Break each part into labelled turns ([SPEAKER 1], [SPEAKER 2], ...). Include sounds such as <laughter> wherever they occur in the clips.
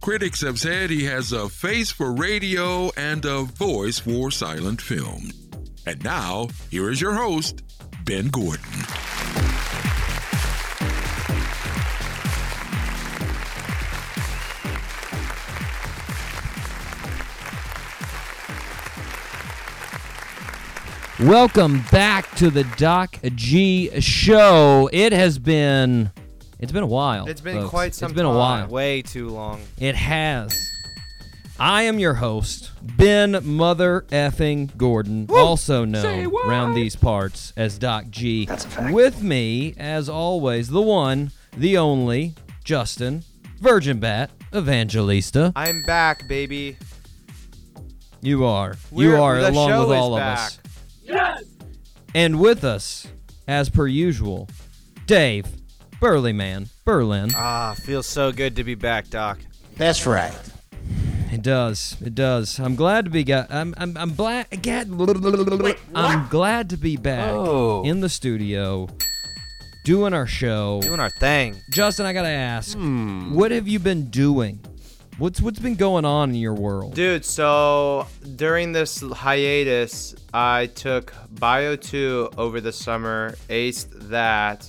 [SPEAKER 1] Critics have said he has a face for radio and a voice for silent film. And now, here is your host, Ben Gordon.
[SPEAKER 2] Welcome back to the Doc G Show. It has been, it's been a while.
[SPEAKER 3] It's been
[SPEAKER 2] folks.
[SPEAKER 3] quite some
[SPEAKER 2] It's been a
[SPEAKER 3] time.
[SPEAKER 2] while.
[SPEAKER 3] Way too long.
[SPEAKER 2] It has. I am your host, Ben Mother Effing Gordon, also known around these parts as Doc G. That's a fact. With me, as always, the one, the only, Justin, Virgin Bat, Evangelista.
[SPEAKER 3] I'm back, baby.
[SPEAKER 2] You are.
[SPEAKER 3] We're-
[SPEAKER 2] you are,
[SPEAKER 3] the
[SPEAKER 2] along
[SPEAKER 3] show
[SPEAKER 2] with
[SPEAKER 3] is
[SPEAKER 2] all
[SPEAKER 3] back.
[SPEAKER 2] of us. And with us, as per usual, Dave, Burley Man, Berlin.
[SPEAKER 3] Ah, feels so good to be back, Doc.
[SPEAKER 4] That's right.
[SPEAKER 2] It does. It does. I'm glad to be got. I'm. I'm. I'm glad. Again, I'm glad to be back
[SPEAKER 4] Oh.
[SPEAKER 2] in the studio, doing our show.
[SPEAKER 3] Doing our thing.
[SPEAKER 2] Justin, I gotta ask, what have you been doing? What's What's been going on in your world?
[SPEAKER 3] Dude, so during this hiatus, I took Bio 2 over the summer, aced that.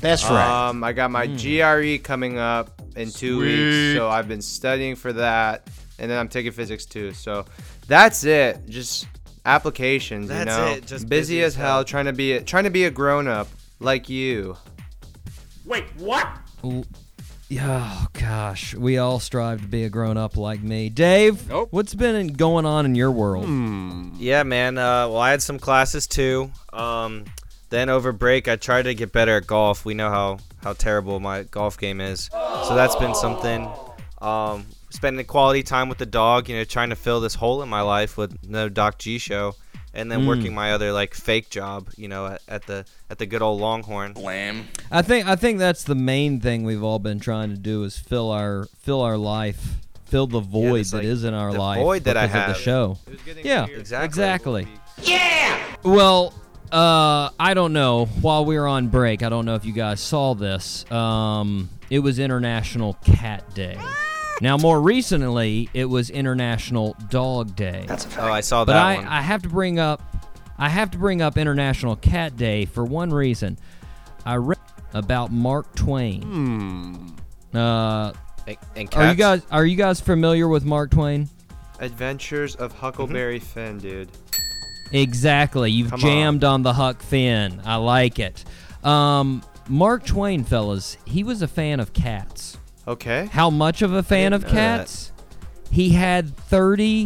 [SPEAKER 4] That's right.
[SPEAKER 3] Um, I got my GRE coming up in two weeks, so I've been studying for that, and then I'm taking physics too. So that's it. Just applications,
[SPEAKER 5] That's
[SPEAKER 3] you know.
[SPEAKER 5] it, just
[SPEAKER 3] busy,
[SPEAKER 5] busy
[SPEAKER 3] as
[SPEAKER 5] as
[SPEAKER 3] hell, trying to be a, trying to be a grown up like you.
[SPEAKER 2] Oh gosh, we all strive to be a grown up like me. Dave,
[SPEAKER 5] Nope. Hmm.
[SPEAKER 2] what's been in- going on in your world?
[SPEAKER 5] Yeah, man. Uh, well, I had some classes too. Um, then over break, I tried to get better at golf. We know how how terrible my golf game is, so that's been something. Um, spending quality time with the dog, you know, trying to fill this hole in my life with no Doc G show, and
[SPEAKER 2] Hmm.
[SPEAKER 5] then working my other like fake job, you know, at, at the at the good old Longhorn.
[SPEAKER 2] I think I think that's the main thing we've all been trying to do is fill our fill our life, fill the void
[SPEAKER 5] this,
[SPEAKER 2] that
[SPEAKER 5] like,
[SPEAKER 2] is in our
[SPEAKER 5] the
[SPEAKER 2] life.
[SPEAKER 5] void that I
[SPEAKER 2] because of
[SPEAKER 5] have.
[SPEAKER 2] the show. Yeah,
[SPEAKER 5] Exactly.
[SPEAKER 2] Exactly. Well, uh, I don't know. While we were on break, I don't know if you guys saw this. Um, it was International Cat Day. Now, more recently, it was International Dog Day.
[SPEAKER 5] Oh, I saw
[SPEAKER 2] But
[SPEAKER 5] that
[SPEAKER 2] I,
[SPEAKER 5] one.
[SPEAKER 2] I have to bring up I have to bring up International Cat Day for one reason. I read about Mark Twain. Uh,
[SPEAKER 5] Hmm. and, and
[SPEAKER 2] are you
[SPEAKER 5] cats?
[SPEAKER 2] guys are you guys familiar with Mark Twain?
[SPEAKER 3] Adventures of Huckleberry Finn, dude.
[SPEAKER 2] Exactly. You've
[SPEAKER 3] Come on.
[SPEAKER 2] jammed on. the Huck Finn. I like it. Um, Mark Twain, fellas, he was a fan of cats.
[SPEAKER 3] Okay.
[SPEAKER 2] How much of a fan
[SPEAKER 5] Didn't
[SPEAKER 2] of
[SPEAKER 5] know that.
[SPEAKER 2] cats? He had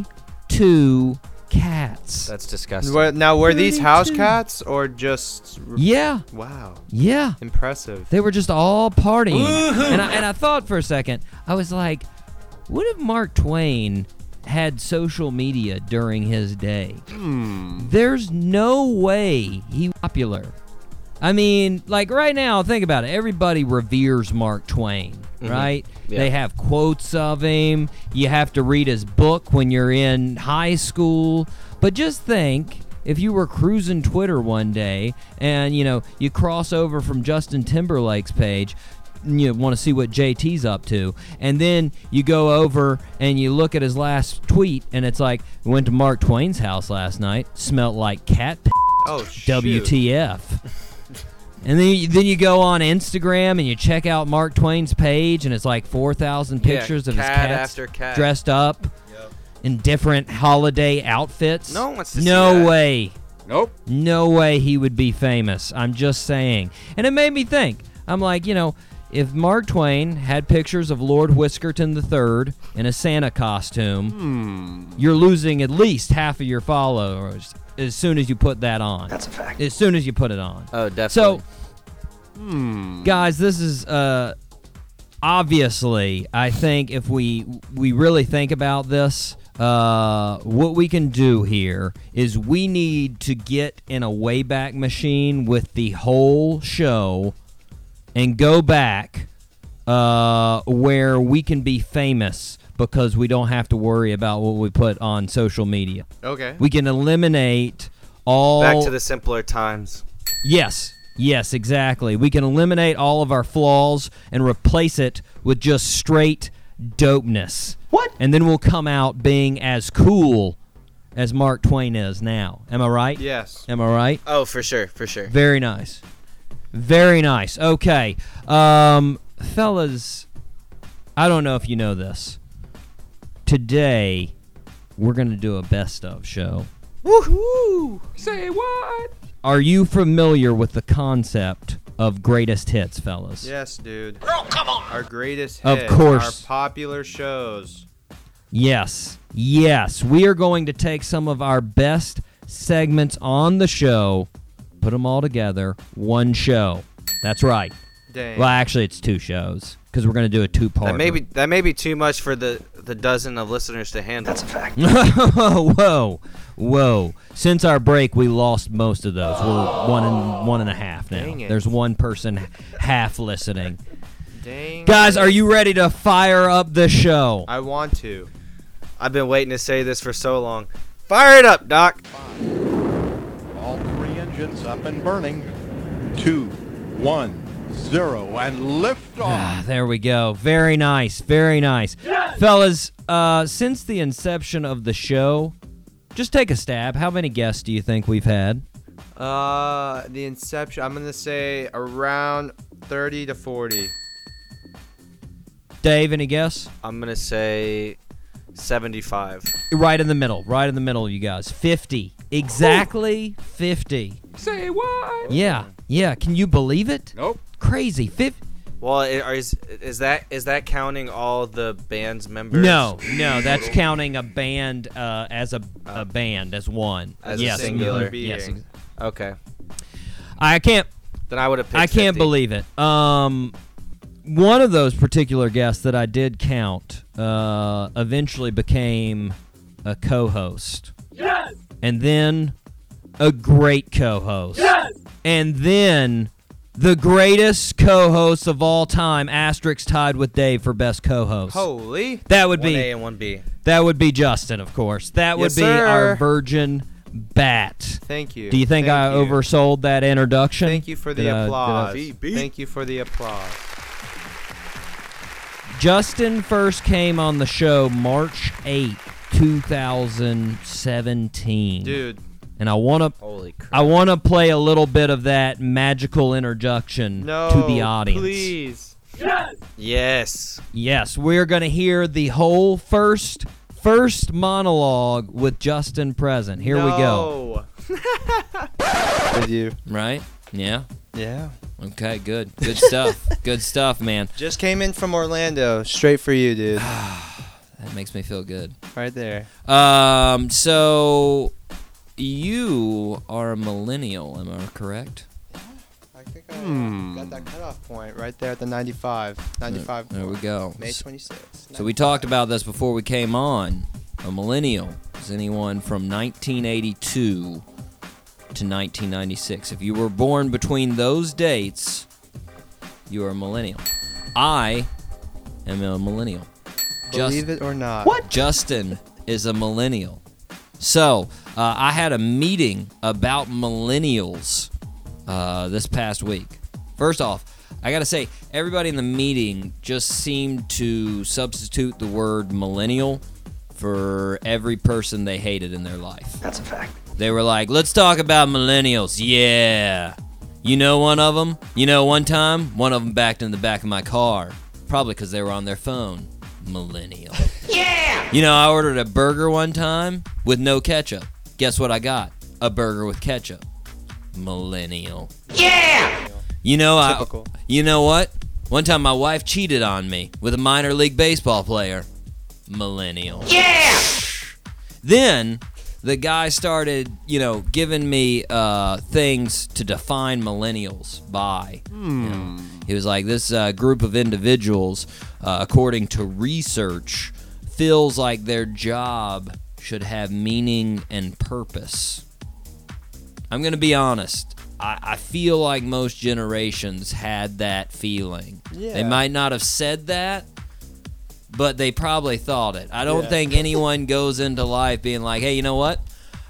[SPEAKER 2] 32 cats.
[SPEAKER 5] That's disgusting.
[SPEAKER 3] Were- Now, were these house
[SPEAKER 2] 32.
[SPEAKER 3] cats or just? r-
[SPEAKER 2] yeah,
[SPEAKER 3] Wow,
[SPEAKER 2] yeah.
[SPEAKER 3] impressive.
[SPEAKER 2] They were just all partying. And I, and I thought for a second, I was like, what if Mark Twain had social media during his day? There's no way he was popular. I mean, like right now, think about it. Everybody reveres Mark Twain, right?
[SPEAKER 5] Yeah.
[SPEAKER 2] They have quotes of him. You have to read his book when you're in high school. But just think if you were cruising Twitter one day and, you know, you cross over from Justin Timberlake's page, you want to see what JT's up to. And then you go over and you look at his last tweet and it's like, went to Mark Twain's house last night, smelt like cat p- <laughs>
[SPEAKER 3] Oh, shoot.
[SPEAKER 2] WTF. And then you, then you go on Instagram and you check out Mark Twain's page, and it's like 4,000
[SPEAKER 5] Yeah,
[SPEAKER 2] pictures of his
[SPEAKER 5] cat
[SPEAKER 2] cats
[SPEAKER 5] after cat.
[SPEAKER 2] dressed up in different holiday outfits.
[SPEAKER 5] No one wants to see
[SPEAKER 2] No
[SPEAKER 5] that.
[SPEAKER 2] way.
[SPEAKER 5] Nope.
[SPEAKER 2] No way he would be famous. I'm just saying. And it made me think. I'm like, you know, if Mark Twain had pictures of Lord Whiskerton III in a Santa costume,
[SPEAKER 5] Hmm.
[SPEAKER 2] you're losing at least half of your followers as soon as you put that on. That's a fact. As soon as you put it on.
[SPEAKER 5] Oh, definitely.
[SPEAKER 2] So,
[SPEAKER 5] Hmm.
[SPEAKER 2] guys, this is uh, obviously. I think if we we really think about this, uh, what we can do here is we need to get in a wayback machine with the whole show and go back uh, where we can be famous because we don't have to worry about what we put on social media.
[SPEAKER 3] Okay.
[SPEAKER 2] We can eliminate all
[SPEAKER 5] back to the simpler times.
[SPEAKER 2] Yes. Yes, exactly. We can eliminate all of our flaws and replace it with just straight dopeness.
[SPEAKER 4] What?
[SPEAKER 2] And then we'll come out being as cool as Mark Twain is now. Am I right?
[SPEAKER 3] Yes.
[SPEAKER 2] Am I right?
[SPEAKER 5] Oh, for sure, for sure.
[SPEAKER 2] Very nice. Very nice. Okay. Um, fellas, I don't know if you know this. Today, we're going to do a best of show.
[SPEAKER 6] Woohoo! Say what?
[SPEAKER 2] Are you familiar with the concept of greatest hits, fellas?
[SPEAKER 3] Yes, dude. Our greatest
[SPEAKER 2] Of
[SPEAKER 3] hits,
[SPEAKER 2] course.
[SPEAKER 3] Our popular shows.
[SPEAKER 2] Yes. Yes. We are going to take some of our best segments on the show, put them all together, one show. That's right.
[SPEAKER 3] Dang.
[SPEAKER 2] Well, actually, it's two shows because we're going to do a two-part.
[SPEAKER 5] That may be that may be too much for the the dozen of listeners to handle. That's a fact.
[SPEAKER 2] <laughs> whoa, whoa! Since our break, we lost most of those. We're one and one and a half now.
[SPEAKER 3] Dang it.
[SPEAKER 2] There's one person half listening.
[SPEAKER 3] Dang.
[SPEAKER 2] Guys, are you ready to fire up the show?
[SPEAKER 3] I want to.
[SPEAKER 5] I've been waiting to say this for so long. Fire it up, Doc.
[SPEAKER 7] All three engines up and burning. Two, one, zero, and lift off.
[SPEAKER 2] Ah, there we go. Very nice. Very nice. Fellas, uh, since the inception of the show, just take a stab. How many guests do you think we've had?
[SPEAKER 3] Uh, the Inception. I'm gonna say around 30 to 40.
[SPEAKER 2] Dave, any guess?
[SPEAKER 5] I'm gonna say 75.
[SPEAKER 2] Right in the middle. Right in the middle, you guys. 50. Exactly 50.
[SPEAKER 6] Say what?
[SPEAKER 2] Yeah. Yeah. Can you believe it?
[SPEAKER 7] Nope.
[SPEAKER 2] Crazy. Fif-
[SPEAKER 5] Well, i- is is that is that counting all the band's members?
[SPEAKER 2] no, no, that's counting a band uh, as a, a band, as one.
[SPEAKER 5] As a
[SPEAKER 2] yes,
[SPEAKER 5] singular
[SPEAKER 2] Yes.
[SPEAKER 3] being.
[SPEAKER 5] Okay.
[SPEAKER 2] I can't
[SPEAKER 5] Then I would have.
[SPEAKER 2] I can't believe it. Um, one of those particular guests that I did count uh, eventually became a co-host. And then a great co-host. And then the greatest co-host of all time, Asterix tied with Dave for best co-host.
[SPEAKER 3] Holy.
[SPEAKER 2] That would
[SPEAKER 5] One
[SPEAKER 2] be
[SPEAKER 5] A and one B.
[SPEAKER 2] that would be Justin, of course. That would
[SPEAKER 5] Yes,
[SPEAKER 2] be
[SPEAKER 5] sir.
[SPEAKER 2] our virgin bat.
[SPEAKER 3] Thank you.
[SPEAKER 2] Do you think
[SPEAKER 3] Thank
[SPEAKER 2] I
[SPEAKER 3] you.
[SPEAKER 2] oversold that introduction?
[SPEAKER 3] Thank you for the
[SPEAKER 2] Did I- did I-
[SPEAKER 3] applause.
[SPEAKER 5] VB.
[SPEAKER 3] Thank you for the applause.
[SPEAKER 2] Justin first came on the show March 8, 2017.
[SPEAKER 3] Dude,
[SPEAKER 2] And I want to
[SPEAKER 5] Holy crap.
[SPEAKER 2] I want to play a little bit of that magical introduction
[SPEAKER 3] no.
[SPEAKER 2] Mm. to the audience.
[SPEAKER 3] Please.
[SPEAKER 5] Yes.
[SPEAKER 2] Yes, we're going to hear the whole first first monologue with Justin present. Here we go.
[SPEAKER 3] With you.
[SPEAKER 2] Right? Yeah.
[SPEAKER 3] <laughs> Yeah.
[SPEAKER 2] Okay, good.
[SPEAKER 3] <laughs>
[SPEAKER 2] Good stuff. good stuff, man.
[SPEAKER 3] Just came in from Orlando. Straight for you, dude.
[SPEAKER 2] <sighs> That makes me feel good.
[SPEAKER 3] right there.
[SPEAKER 2] Um, so you are a millennial, am I correct?
[SPEAKER 3] I think I got that cutoff point right there at the 95. 95.
[SPEAKER 2] There we go.
[SPEAKER 3] May 26th.
[SPEAKER 2] So we talked about this before we came on. A millennial is anyone from 1982 to 1996. If you were born between those dates, you are a millennial. I am a millennial. Just-
[SPEAKER 3] Believe it or not.
[SPEAKER 2] Justin is a millennial. So uh, I had a meeting about millennials uh, this past week. First off, I gotta say, everybody in the meeting just seemed to substitute the word millennial for every person they hated in their life. That's a fact. They were like, let's talk about millennials. Yeah. You know one of them? You know, one time, one of them backed in the back of my car. Probably because they were on their phone. Millennial. You know, I ordered a burger one time with no ketchup. Guess what I got? A burger with ketchup. Millennial. Yeah. You know, I,
[SPEAKER 3] Typical.
[SPEAKER 2] you know what? One time my wife cheated on me with a minor league baseball player. Millennial. Yeah. Then the guy started, you know, giving me uh, things to define millennials by. you know. He was like, this uh, group of individuals, uh, according to research, feels like their job should have meaning and purpose. I'm going to be honest. I, I feel like most generations had that feeling. They
[SPEAKER 3] Yeah.
[SPEAKER 2] might not have said that, but they probably thought it. I don't think anyone goes into life being like, hey, you know what?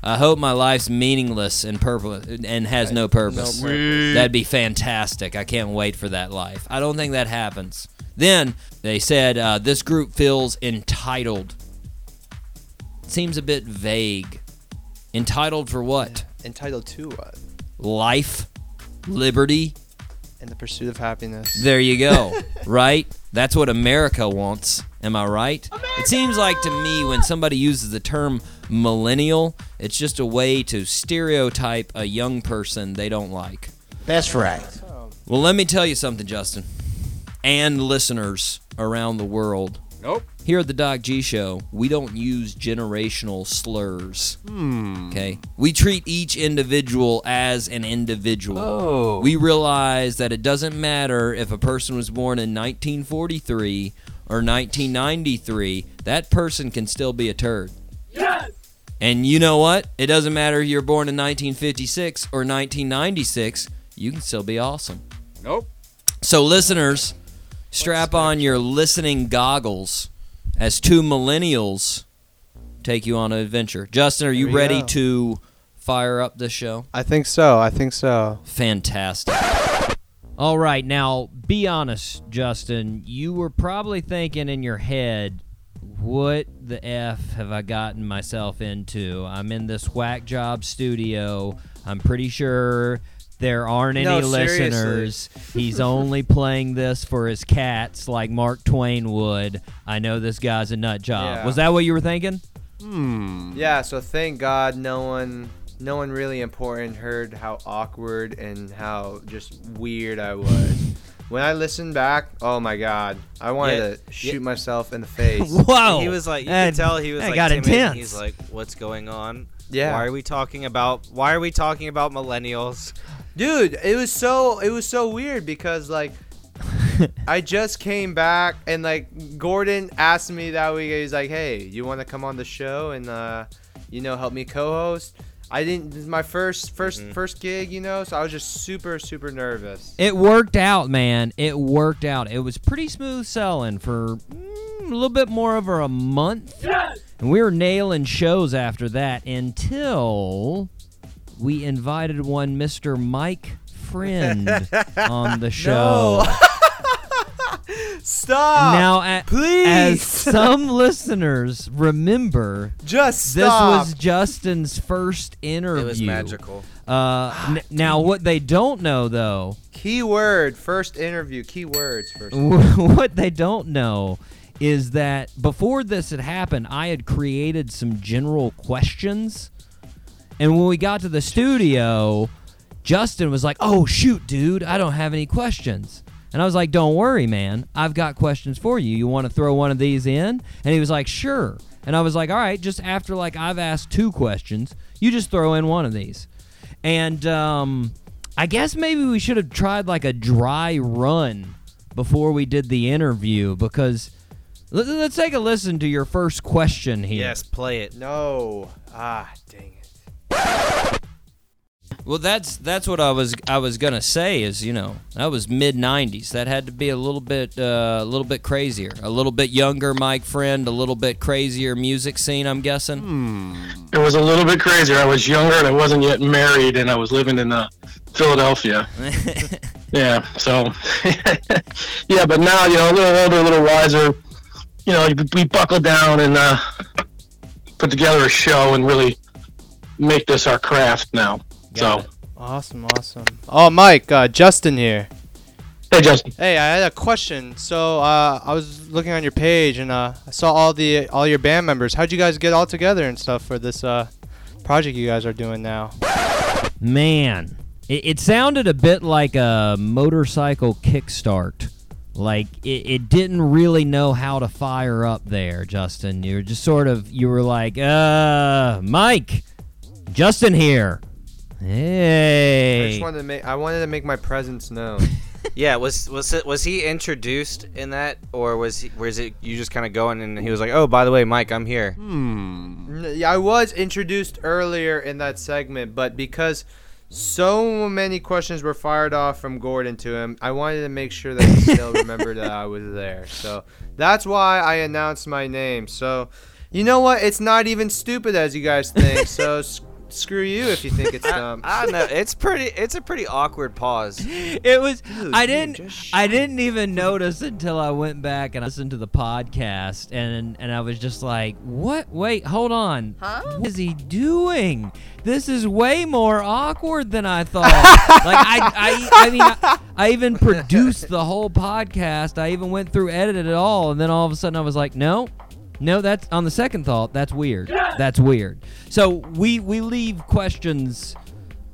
[SPEAKER 2] I hope my life's meaningless and purpose and has no purpose.
[SPEAKER 3] no
[SPEAKER 2] That'd be fantastic. I can't wait for that life. I don't think that happens. Then they said uh, this group feels entitled. Seems a bit vague. Entitled for what?
[SPEAKER 3] Entitled to what?
[SPEAKER 2] Life, liberty.
[SPEAKER 3] In the pursuit of happiness.
[SPEAKER 2] There
[SPEAKER 4] <laughs>
[SPEAKER 2] you go. right? That's what America wants. Am I right? It seems like to me when somebody uses the term millennial, it's just a way to stereotype a young person they don't like.
[SPEAKER 4] That's right.
[SPEAKER 2] Well, let me tell you something, Justin, and listeners around the world.
[SPEAKER 7] Nope.
[SPEAKER 2] Here at the Doc G Show, we don't use generational slurs. Okay? We treat each individual as an individual.
[SPEAKER 8] Oh.
[SPEAKER 2] We realize that it doesn't matter if a person was born in 1943 or 1993, that person can still be a turd. And you know what? It doesn't matter if you're born in 1956 or 1996, you can still be awesome.
[SPEAKER 7] Nope.
[SPEAKER 2] So, listeners, strap on your listening goggles as two millennials take you on an adventure. Justin, are you
[SPEAKER 3] There we
[SPEAKER 2] ready
[SPEAKER 3] go.
[SPEAKER 2] to fire up this show?
[SPEAKER 3] I think so. I think so.
[SPEAKER 2] Fantastic. All right, now be honest, Justin. You were probably thinking in your head, what the F have I gotten myself into? I'm in this whack job studio. I'm pretty sure there aren't
[SPEAKER 3] No,
[SPEAKER 2] any
[SPEAKER 3] seriously.
[SPEAKER 2] listeners.
[SPEAKER 3] <laughs>
[SPEAKER 2] He's only playing this for his cats like Mark Twain would. I know this guy's a nut job.
[SPEAKER 3] Yeah. Hmm.
[SPEAKER 2] Was that what you were thinking?
[SPEAKER 3] Yeah, so thank God no one no one really important heard how awkward and how just weird I
[SPEAKER 2] <laughs>
[SPEAKER 3] was. When I listened back, oh my god, I wanted
[SPEAKER 5] Yeah,
[SPEAKER 3] to shoot myself in the face.
[SPEAKER 2] <laughs> Whoa.
[SPEAKER 5] He was like, you
[SPEAKER 2] That-
[SPEAKER 5] could tell he was
[SPEAKER 2] that
[SPEAKER 5] like,
[SPEAKER 2] got
[SPEAKER 5] timid.
[SPEAKER 2] intense.
[SPEAKER 5] He's like, what's going on?
[SPEAKER 3] Yeah.
[SPEAKER 5] Why are we talking about? Why are we talking about millennials?
[SPEAKER 3] dude it was so it was so weird because like i just came back and like gordon asked me that week he's like hey you want to come on the show and uh you know help me co-host i didn't this is my first first
[SPEAKER 5] Mm-hmm.
[SPEAKER 3] first gig you know so i was just super super nervous
[SPEAKER 2] It worked out, man. It worked out. It was pretty smooth selling for mm, a little bit more over a month. And we were nailing shows after that until we invited one Mr. Mike Friend
[SPEAKER 3] <laughs>
[SPEAKER 2] on the show.
[SPEAKER 3] stop
[SPEAKER 2] Now, a-
[SPEAKER 3] please. <laughs>
[SPEAKER 2] as some listeners remember,
[SPEAKER 3] just
[SPEAKER 2] this
[SPEAKER 3] stop
[SPEAKER 2] was Justin's first interview.
[SPEAKER 5] It was magical.
[SPEAKER 2] Uh, n- now, what they don't know, though,
[SPEAKER 3] keyword first interview keywords first
[SPEAKER 2] <laughs> what they don't know is that before this had happened, I had created some general questions. And when we got to the studio, Justin was like, Oh, shoot, dude, I don't have any questions. And I was like, Don't worry, man. I've got questions for you. You want to throw one of these in? And he was like, Sure. And I was like, All right, just after like I've asked two questions, you just throw in one of these. And um, I guess maybe we should have tried like a dry run before we did the interview because let- let's take a listen to your first question here.
[SPEAKER 5] Yes, play it.
[SPEAKER 3] no ah dang it
[SPEAKER 2] Well, that's that's what I was I was gonna say is you know that was mid '90s. That had to be a little bit uh, a little bit crazier, a little bit younger, Mike Friend, a little bit crazier music scene. I'm guessing.
[SPEAKER 7] Hmm.
[SPEAKER 9] It was a little bit crazier. I was younger and I wasn't yet married, and I was living in uh, Philadelphia. yeah, so <laughs> yeah, but now you know, a little older, a little wiser. You know, we buckle down and uh, put together a show and really make this our craft now. so,
[SPEAKER 3] awesome awesome oh mike uh, justin here
[SPEAKER 9] hey, Justin.
[SPEAKER 3] Hey, I had a question. So uh, I was looking on your page and uh, I saw all the all your band members. How'd you guys get all together and stuff for this uh, project you guys are doing now?
[SPEAKER 2] Man, it, it sounded a bit like a motorcycle kickstart. Like it, it didn't really know how to fire up there, Justin. You were just sort of you were like, uh, Mike, Justin here.
[SPEAKER 3] I just
[SPEAKER 2] Hey,
[SPEAKER 3] wanted to make I wanted to make my presence known.
[SPEAKER 5] Oh. Yeah, was was it, was he introduced in that, or was he, was it you just kind of going and he was like, oh, by the way, Mike, I'm here.
[SPEAKER 3] N- yeah, I was introduced earlier in that segment, but because so many questions were fired off from Gordon to him, I wanted to make sure that he
[SPEAKER 2] <laughs>
[SPEAKER 3] still remembered that I was there. So that's why I
[SPEAKER 2] <laughs>
[SPEAKER 3] announced my name. So you know what? It's not even stupid as you guys think. So s- screw you if you think it's dumb.
[SPEAKER 5] I don't know. It's pretty. It's a pretty awkward pause.
[SPEAKER 2] <laughs> It was I didn't
[SPEAKER 3] just shut
[SPEAKER 2] I didn't even notice until I went back and I listened to the podcast and and I was just like, "What? Wait, hold on. What is he doing? This is way more awkward than I thought."
[SPEAKER 3] <laughs>
[SPEAKER 2] like I I, I mean I,
[SPEAKER 5] <laughs>
[SPEAKER 2] I even produced the whole podcast. I even went through edited it all and then all of a sudden I was like, "No, no, that's on the second thought. That's weird. That's weird. So we we leave questions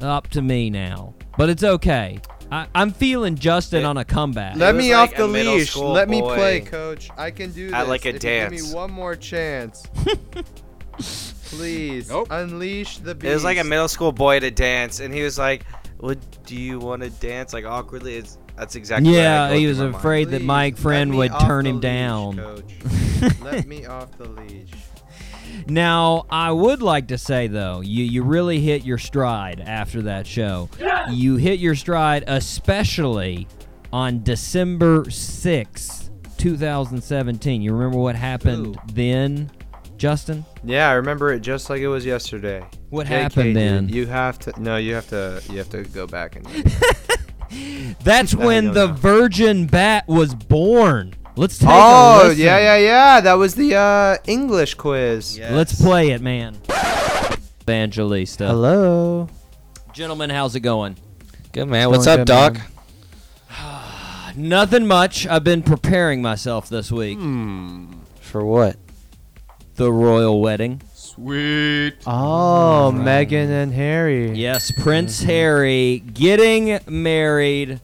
[SPEAKER 2] up to me now, but it's okay. I, I'm feeling Justin on a comeback.
[SPEAKER 3] Let
[SPEAKER 5] was
[SPEAKER 3] me
[SPEAKER 5] like
[SPEAKER 3] off
[SPEAKER 5] a
[SPEAKER 3] the
[SPEAKER 5] middle
[SPEAKER 3] leash.
[SPEAKER 5] school
[SPEAKER 3] Let me
[SPEAKER 5] boy.
[SPEAKER 3] play, coach. I can do this.
[SPEAKER 5] I like a
[SPEAKER 3] if you Give
[SPEAKER 5] dance.
[SPEAKER 3] me one
[SPEAKER 5] <laughs>
[SPEAKER 3] more chance. Please
[SPEAKER 7] Nope.
[SPEAKER 3] unleash the beast.
[SPEAKER 5] It was like a middle school boy at a dance, and he was like, "What do you want to dance?" Like awkwardly. It's that's exactly. what I
[SPEAKER 2] yeah,
[SPEAKER 5] go
[SPEAKER 2] he
[SPEAKER 5] through
[SPEAKER 2] was
[SPEAKER 5] my mind.
[SPEAKER 2] afraid that
[SPEAKER 3] Please,
[SPEAKER 2] Mike
[SPEAKER 3] let
[SPEAKER 2] Friend
[SPEAKER 3] me
[SPEAKER 2] would
[SPEAKER 3] off
[SPEAKER 2] turn
[SPEAKER 3] the
[SPEAKER 2] him
[SPEAKER 3] leash,
[SPEAKER 2] down. <laughs>
[SPEAKER 3] Coach. Let me off the leash.
[SPEAKER 2] Now, I would like to say though, you you really hit your stride after that show. You hit your stride especially on December 6th, 2017. You remember what happened then, Justin?
[SPEAKER 3] Yeah, I remember it just like it was yesterday.
[SPEAKER 2] What
[SPEAKER 3] JK,
[SPEAKER 2] happened
[SPEAKER 3] dude,
[SPEAKER 2] then?
[SPEAKER 3] You have to no, you have to you have to go back
[SPEAKER 2] <laughs>
[SPEAKER 3] and
[SPEAKER 2] That's
[SPEAKER 3] I
[SPEAKER 2] when
[SPEAKER 3] don't
[SPEAKER 2] the
[SPEAKER 3] know.
[SPEAKER 2] virgin bat was born. Let's take a
[SPEAKER 3] Oh,
[SPEAKER 2] listen.
[SPEAKER 3] yeah, yeah, yeah. That was the uh English quiz.
[SPEAKER 5] Yes.
[SPEAKER 2] Let's play it, man. Evangelista.
[SPEAKER 3] Hello.
[SPEAKER 2] Gentlemen, how's it going?
[SPEAKER 5] Good man. What's
[SPEAKER 3] Going
[SPEAKER 5] up,
[SPEAKER 3] good, man.
[SPEAKER 5] Doc?
[SPEAKER 2] <sighs> Nothing much. I've been preparing myself this week.
[SPEAKER 3] Hmm.
[SPEAKER 5] For what?
[SPEAKER 2] The royal wedding.
[SPEAKER 7] Sweet.
[SPEAKER 3] Oh, Megan and Harry.
[SPEAKER 2] Yes, Prince Harry getting married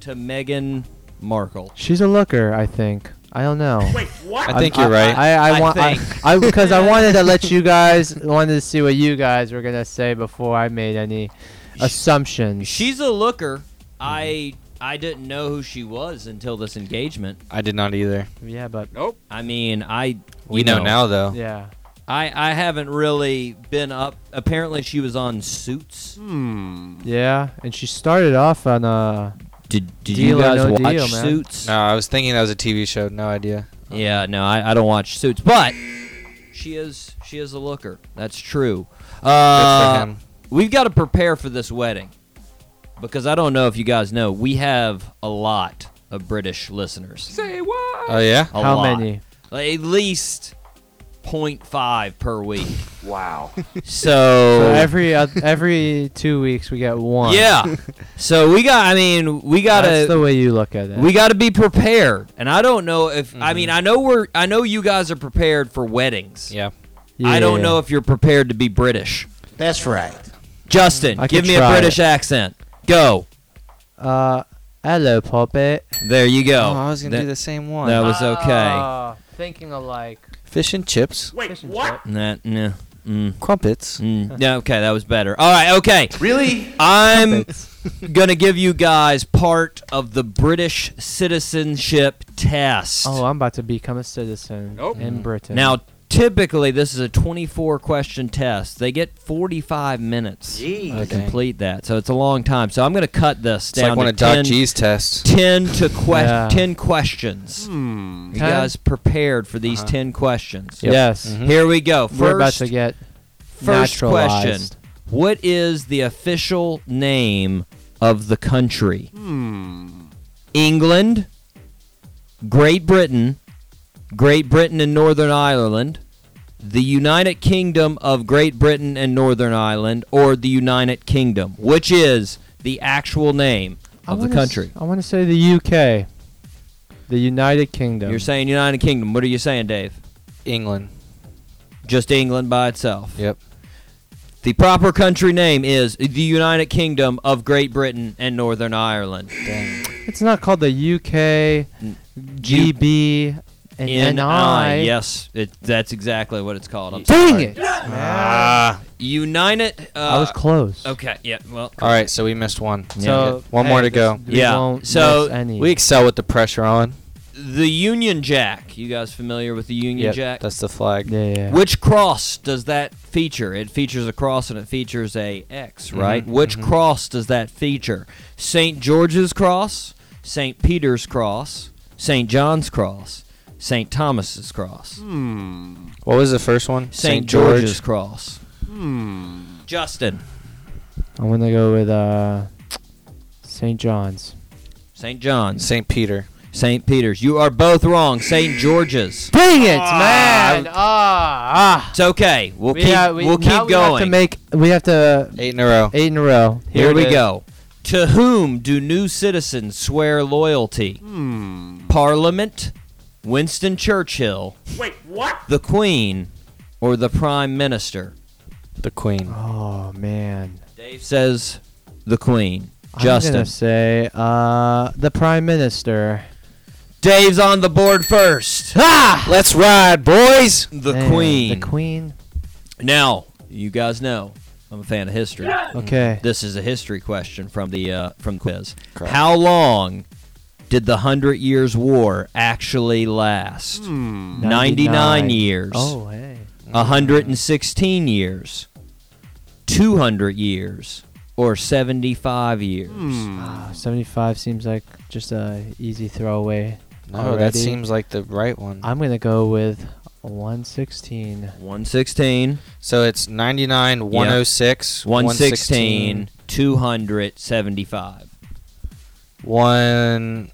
[SPEAKER 2] to Meghan Markle.
[SPEAKER 3] She's a looker, I think. I don't know.
[SPEAKER 5] I think you're right.
[SPEAKER 3] I, I,
[SPEAKER 2] I
[SPEAKER 3] want I,
[SPEAKER 2] think.
[SPEAKER 3] I because I wanted to let you guys <laughs> wanted to see what you guys were gonna say before I made any assumptions.
[SPEAKER 2] She's a looker. I I didn't know who she was until this engagement.
[SPEAKER 5] I did not either.
[SPEAKER 3] yeah, but
[SPEAKER 2] I mean, I
[SPEAKER 5] We
[SPEAKER 2] you
[SPEAKER 5] know now though.
[SPEAKER 3] yeah.
[SPEAKER 2] I I haven't really been up. Apparently, she was on Suits.
[SPEAKER 5] Hmm.
[SPEAKER 3] Yeah, and she started off on uh
[SPEAKER 2] Did, did
[SPEAKER 3] Deal
[SPEAKER 2] you
[SPEAKER 3] or
[SPEAKER 2] guys
[SPEAKER 3] no
[SPEAKER 2] watch
[SPEAKER 3] deal, man.
[SPEAKER 2] Suits?
[SPEAKER 5] No, I was thinking that was a TV show. No idea.
[SPEAKER 2] Yeah, no, I, I don't watch Suits, but she is she is a looker. That's true. Uh,
[SPEAKER 5] him.
[SPEAKER 2] We've got to prepare for this wedding because I don't know if you guys know, we have a lot of British listeners.
[SPEAKER 6] Say what?
[SPEAKER 5] Oh yeah.
[SPEAKER 2] A
[SPEAKER 3] how
[SPEAKER 2] lot.
[SPEAKER 3] many?
[SPEAKER 2] Like, at least 0.5 per week. Wow. So,
[SPEAKER 3] <laughs> So every uh, every two weeks we get one. <laughs>
[SPEAKER 2] yeah. So we got. I mean, we got
[SPEAKER 3] that's
[SPEAKER 2] to.
[SPEAKER 3] the way you look at it.
[SPEAKER 2] We got to be prepared, and I don't know if
[SPEAKER 5] Mm-hmm.
[SPEAKER 2] I mean I know we're I know you guys are prepared for weddings.
[SPEAKER 5] Yeah.
[SPEAKER 2] I don't
[SPEAKER 3] Yeah.
[SPEAKER 2] know if you're prepared to be British.
[SPEAKER 4] That's right.
[SPEAKER 2] Justin,
[SPEAKER 3] I
[SPEAKER 2] give
[SPEAKER 3] could
[SPEAKER 2] me a
[SPEAKER 3] try
[SPEAKER 2] British accent. Go.
[SPEAKER 3] Uh, hello, puppet.
[SPEAKER 2] There you go.
[SPEAKER 5] Oh, I was gonna
[SPEAKER 2] That-
[SPEAKER 5] do the same one.
[SPEAKER 2] That was
[SPEAKER 3] Oh.
[SPEAKER 2] okay.
[SPEAKER 3] thinking alike.
[SPEAKER 5] Fish and chips,
[SPEAKER 2] Nah, nah, mm,
[SPEAKER 5] crumpets.
[SPEAKER 2] mm. Yeah, okay, that was better. All right, okay. Really? I'm <laughs> gonna give you guys part of the British citizenship test. Mm.
[SPEAKER 3] Oh, I'm about to become a citizen in Britain.
[SPEAKER 2] now, typically, this is a 24 question test. They get 45 minutes to
[SPEAKER 5] Okay.
[SPEAKER 2] complete that, so it's a long time. So I'm gonna cut this
[SPEAKER 5] It's
[SPEAKER 2] down
[SPEAKER 5] like one
[SPEAKER 2] to
[SPEAKER 5] of Doc
[SPEAKER 2] 10
[SPEAKER 5] G's tests.
[SPEAKER 2] 10 to que-
[SPEAKER 3] Yeah.
[SPEAKER 2] 10 questions. You
[SPEAKER 3] Ten?
[SPEAKER 2] guys prepared for these 10 questions?
[SPEAKER 3] yes,
[SPEAKER 2] Here we
[SPEAKER 3] Uh-huh.
[SPEAKER 2] go. 1st
[SPEAKER 3] Mm-hmm. we're about to get
[SPEAKER 2] first question.
[SPEAKER 3] naturalized.
[SPEAKER 2] What is the official name of the country? England, Great Britain, Great Britain and Northern Ireland, the United Kingdom of Great Britain and Northern Ireland, or the United Kingdom, which is the actual name
[SPEAKER 3] I
[SPEAKER 2] of the
[SPEAKER 3] wanna s-
[SPEAKER 2] country.
[SPEAKER 3] I want to say the UK, the United Kingdom.
[SPEAKER 2] You're saying United Kingdom. What are you saying, Dave?
[SPEAKER 5] England.
[SPEAKER 2] Just England by itself.
[SPEAKER 5] Yep.
[SPEAKER 2] The proper country name is the United Kingdom of Great Britain and Northern Ireland.
[SPEAKER 5] Dang.
[SPEAKER 3] it's not called the UK, GB, and NI.
[SPEAKER 2] Yes, it, that's exactly what it's called. I'm
[SPEAKER 3] Dang
[SPEAKER 2] sorry. Ah.
[SPEAKER 3] it!
[SPEAKER 2] United. Uh,
[SPEAKER 3] I was close.
[SPEAKER 2] okay. Yeah. Well.
[SPEAKER 5] All right, so we missed one.
[SPEAKER 3] So
[SPEAKER 5] one more
[SPEAKER 3] hey,
[SPEAKER 5] to go.
[SPEAKER 3] this- we
[SPEAKER 2] Yeah,
[SPEAKER 3] won't
[SPEAKER 2] so
[SPEAKER 3] miss any.
[SPEAKER 5] We excel with the pressure on.
[SPEAKER 2] The Union Jack. You guys familiar with the Union
[SPEAKER 5] Yep,
[SPEAKER 2] Jack?
[SPEAKER 5] that's the flag.
[SPEAKER 3] yeah, yeah. yeah.
[SPEAKER 2] Which cross does that feature? It features a cross and it features a X, right? Which cross does that feature? St. George's cross, St. Peter's cross, St. John's cross, St. Thomas's cross,
[SPEAKER 5] What was the first one?
[SPEAKER 8] Hmm.
[SPEAKER 2] St. George's cross. Justin.
[SPEAKER 8] I'm gonna go with uh, St. John's.
[SPEAKER 2] St. John's.
[SPEAKER 5] St. Peter.
[SPEAKER 2] St. Peter's. You are both wrong. St. George's.
[SPEAKER 8] Dang it, man! Ah, ah.
[SPEAKER 2] It's okay. We'll
[SPEAKER 8] We
[SPEAKER 2] keep.
[SPEAKER 8] have- we-
[SPEAKER 2] we'll keep
[SPEAKER 8] now
[SPEAKER 2] going.
[SPEAKER 8] We have to make. We have to
[SPEAKER 5] Eight in a row.
[SPEAKER 8] eight in a row.
[SPEAKER 2] Here
[SPEAKER 8] it
[SPEAKER 2] we
[SPEAKER 8] is.
[SPEAKER 2] go. To whom do new citizens swear loyalty? Parliament, Winston Churchill. Wait, what? The Queen, or the Prime Minister?
[SPEAKER 5] The Queen.
[SPEAKER 8] Oh man,
[SPEAKER 2] Dave says the Queen.
[SPEAKER 8] I'm
[SPEAKER 2] Justin.
[SPEAKER 8] gonna say uh, the Prime Minister.
[SPEAKER 2] Dave's on the board first. Ah!
[SPEAKER 5] Let's ride, boys.
[SPEAKER 2] The
[SPEAKER 8] Damn,
[SPEAKER 2] Queen.
[SPEAKER 8] The Queen.
[SPEAKER 2] Now, you guys know I'm a fan of history.
[SPEAKER 8] Okay.
[SPEAKER 2] This is a history question from the uh, from quiz. How long did the Hundred Years' War actually last?
[SPEAKER 5] Hmm.
[SPEAKER 2] 99 years.
[SPEAKER 8] Oh hey.
[SPEAKER 2] 116 years, 200 years, or 75 years.
[SPEAKER 8] Ah, 75 seems like just a easy throwaway.
[SPEAKER 5] No, that
[SPEAKER 8] already.
[SPEAKER 5] seems like the right one.
[SPEAKER 8] I'm gonna go with 116.
[SPEAKER 5] Hmm.
[SPEAKER 2] 116,
[SPEAKER 5] So it's oh 99, 106,
[SPEAKER 2] 116, 275.
[SPEAKER 5] 116, One.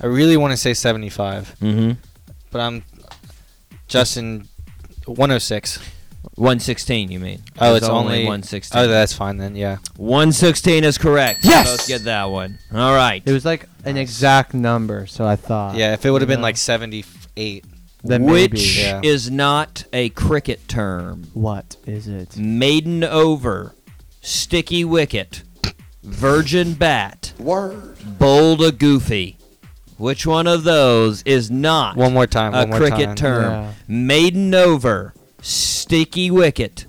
[SPEAKER 5] I really want to say 75,
[SPEAKER 2] Mm-hmm.
[SPEAKER 5] but I'm Justin 106.
[SPEAKER 2] 116, you mean?
[SPEAKER 5] Oh,
[SPEAKER 2] There's
[SPEAKER 5] it's only-
[SPEAKER 2] 116.
[SPEAKER 5] Oh, that's fine then. Yeah.
[SPEAKER 2] 116 is correct. You
[SPEAKER 8] Yes!
[SPEAKER 2] Both get that one. All right.
[SPEAKER 8] It was like an exact number, so I thought.
[SPEAKER 5] Yeah, if it would have been
[SPEAKER 8] Yeah.
[SPEAKER 5] like 78.
[SPEAKER 8] Then
[SPEAKER 2] Which
[SPEAKER 8] maybe.
[SPEAKER 5] yeah.
[SPEAKER 2] is not a cricket term.
[SPEAKER 8] What is it?
[SPEAKER 2] Maiden over, sticky wicket, virgin bat,
[SPEAKER 4] Word.
[SPEAKER 2] bold a goofy. Which one of those is not
[SPEAKER 5] One more time.
[SPEAKER 2] a
[SPEAKER 5] One more
[SPEAKER 2] cricket
[SPEAKER 5] time.
[SPEAKER 2] term?
[SPEAKER 8] Yeah.
[SPEAKER 2] Maiden over, sticky wicket,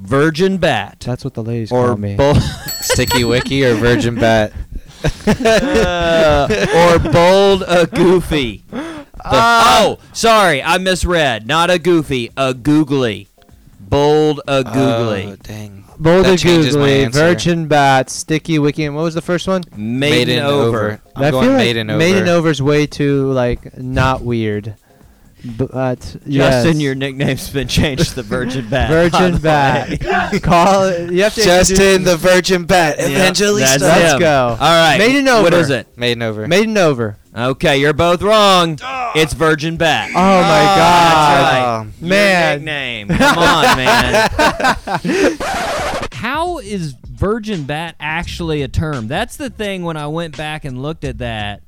[SPEAKER 2] virgin bat,
[SPEAKER 8] That's what the ladies
[SPEAKER 2] or
[SPEAKER 8] call me.
[SPEAKER 2] bo-
[SPEAKER 5] Sticky Wiki or Virgin Bat?
[SPEAKER 2] <laughs> or bold a goofy.
[SPEAKER 5] Uh,
[SPEAKER 2] oh, sorry, I misread. Not a goofy, a googly. Bold a googly.
[SPEAKER 5] Oh, dang.
[SPEAKER 8] Boulder
[SPEAKER 5] that changes my
[SPEAKER 8] Googly,
[SPEAKER 5] answer.
[SPEAKER 8] Virgin Bat, Sticky Wiki, and what was the first one?
[SPEAKER 2] Maiden, over.
[SPEAKER 5] I'm going Maiden over.
[SPEAKER 8] Maiden Over's way too like not weird. But yes.
[SPEAKER 2] Justin, your nickname's been changed
[SPEAKER 8] <laughs>
[SPEAKER 2] to Virgin Bat. by <laughs>
[SPEAKER 8] Virgin
[SPEAKER 2] the way.
[SPEAKER 8] Bat.
[SPEAKER 2] <laughs>
[SPEAKER 8] Call you have to
[SPEAKER 5] Justin
[SPEAKER 8] introduce-
[SPEAKER 5] the Virgin Bat.
[SPEAKER 2] Yeah,
[SPEAKER 5] Evangelista.
[SPEAKER 2] that's
[SPEAKER 8] Let's
[SPEAKER 2] him.
[SPEAKER 8] go.
[SPEAKER 2] All right.
[SPEAKER 8] Maiden
[SPEAKER 2] What
[SPEAKER 8] over.
[SPEAKER 2] is it?
[SPEAKER 5] Maiden over.
[SPEAKER 8] Maiden over.
[SPEAKER 2] Okay, you're both wrong. It's Virgin Bat.
[SPEAKER 8] Oh my god.
[SPEAKER 2] right.
[SPEAKER 5] Um,
[SPEAKER 8] man.
[SPEAKER 2] Your nickname. Come on, man. How is virgin bat actually a term? That's the thing when I went back and looked at that.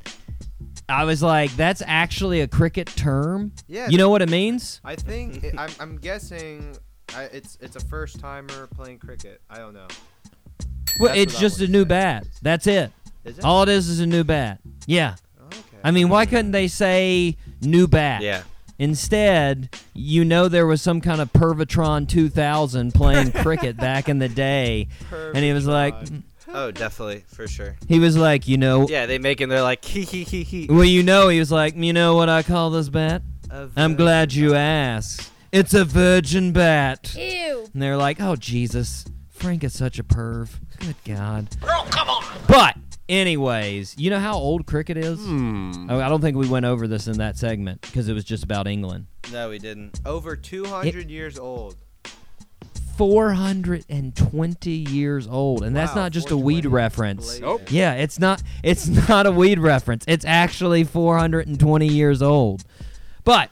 [SPEAKER 2] I was like, that's actually a cricket term?
[SPEAKER 3] Yeah.
[SPEAKER 2] You know what it means?
[SPEAKER 3] I think it, I'm, I'm guessing I, it's it's a first timer playing cricket. I don't know.
[SPEAKER 2] Well,
[SPEAKER 3] That's
[SPEAKER 2] it's
[SPEAKER 3] what I
[SPEAKER 2] just a
[SPEAKER 3] would
[SPEAKER 2] new
[SPEAKER 3] say.
[SPEAKER 2] bat. That's it.
[SPEAKER 3] Is it?
[SPEAKER 2] All it is is a new bat. Yeah.
[SPEAKER 3] okay.
[SPEAKER 2] I mean, why couldn't they say new bat?
[SPEAKER 5] Yeah.
[SPEAKER 2] Instead, you know there was some kind of Pervatron 2000 playing
[SPEAKER 3] <laughs>
[SPEAKER 2] cricket back in the day, and he was like,
[SPEAKER 5] Oh, definitely. For sure.
[SPEAKER 2] he was like, you know,
[SPEAKER 5] Yeah, they make it. They're like, hee hee hee hee.
[SPEAKER 2] well, you know, he was like, you know what I call this bat? I'm glad you asked. It's a virgin bat.
[SPEAKER 10] Ew.
[SPEAKER 2] And they're like, oh, Jesus. Frank is such a perv. Good God. Girl, come on. But, anyways, you know how old cricket is? Oh, I don't think we went over this in that segment because it was just about England.
[SPEAKER 5] No, we didn't.
[SPEAKER 3] Over 200 years old.
[SPEAKER 2] 420 years old. And that's
[SPEAKER 3] Wow,
[SPEAKER 2] not just a weed
[SPEAKER 3] 420.
[SPEAKER 2] reference.
[SPEAKER 3] Nope.
[SPEAKER 2] Yeah, it's not it's <laughs> not a weed reference. It's actually 420 years old. But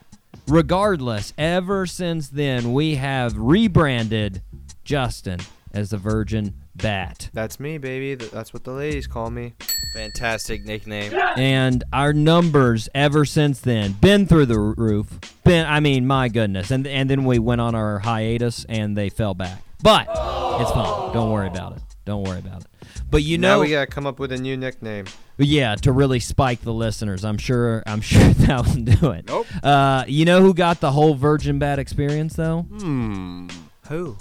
[SPEAKER 2] regardless, ever since then we have rebranded Justin as the Virgin Bat.
[SPEAKER 3] That's me, baby. Th- That's what the ladies call me.
[SPEAKER 5] Fantastic nickname.
[SPEAKER 2] And our numbers ever since then been through the roof. Been I mean, my goodness. And and then we went on our hiatus and they fell back. But it's fine. Don't worry about it. Don't worry about it. But you know
[SPEAKER 3] now we gotta come up with a new nickname.
[SPEAKER 2] Yeah, to really spike the listeners. I'm sure I'm <laughs> sure that will do it.
[SPEAKER 7] Nope.
[SPEAKER 2] Uh, you know who got the whole Virgin Bat experience though?
[SPEAKER 3] Hmm. Who?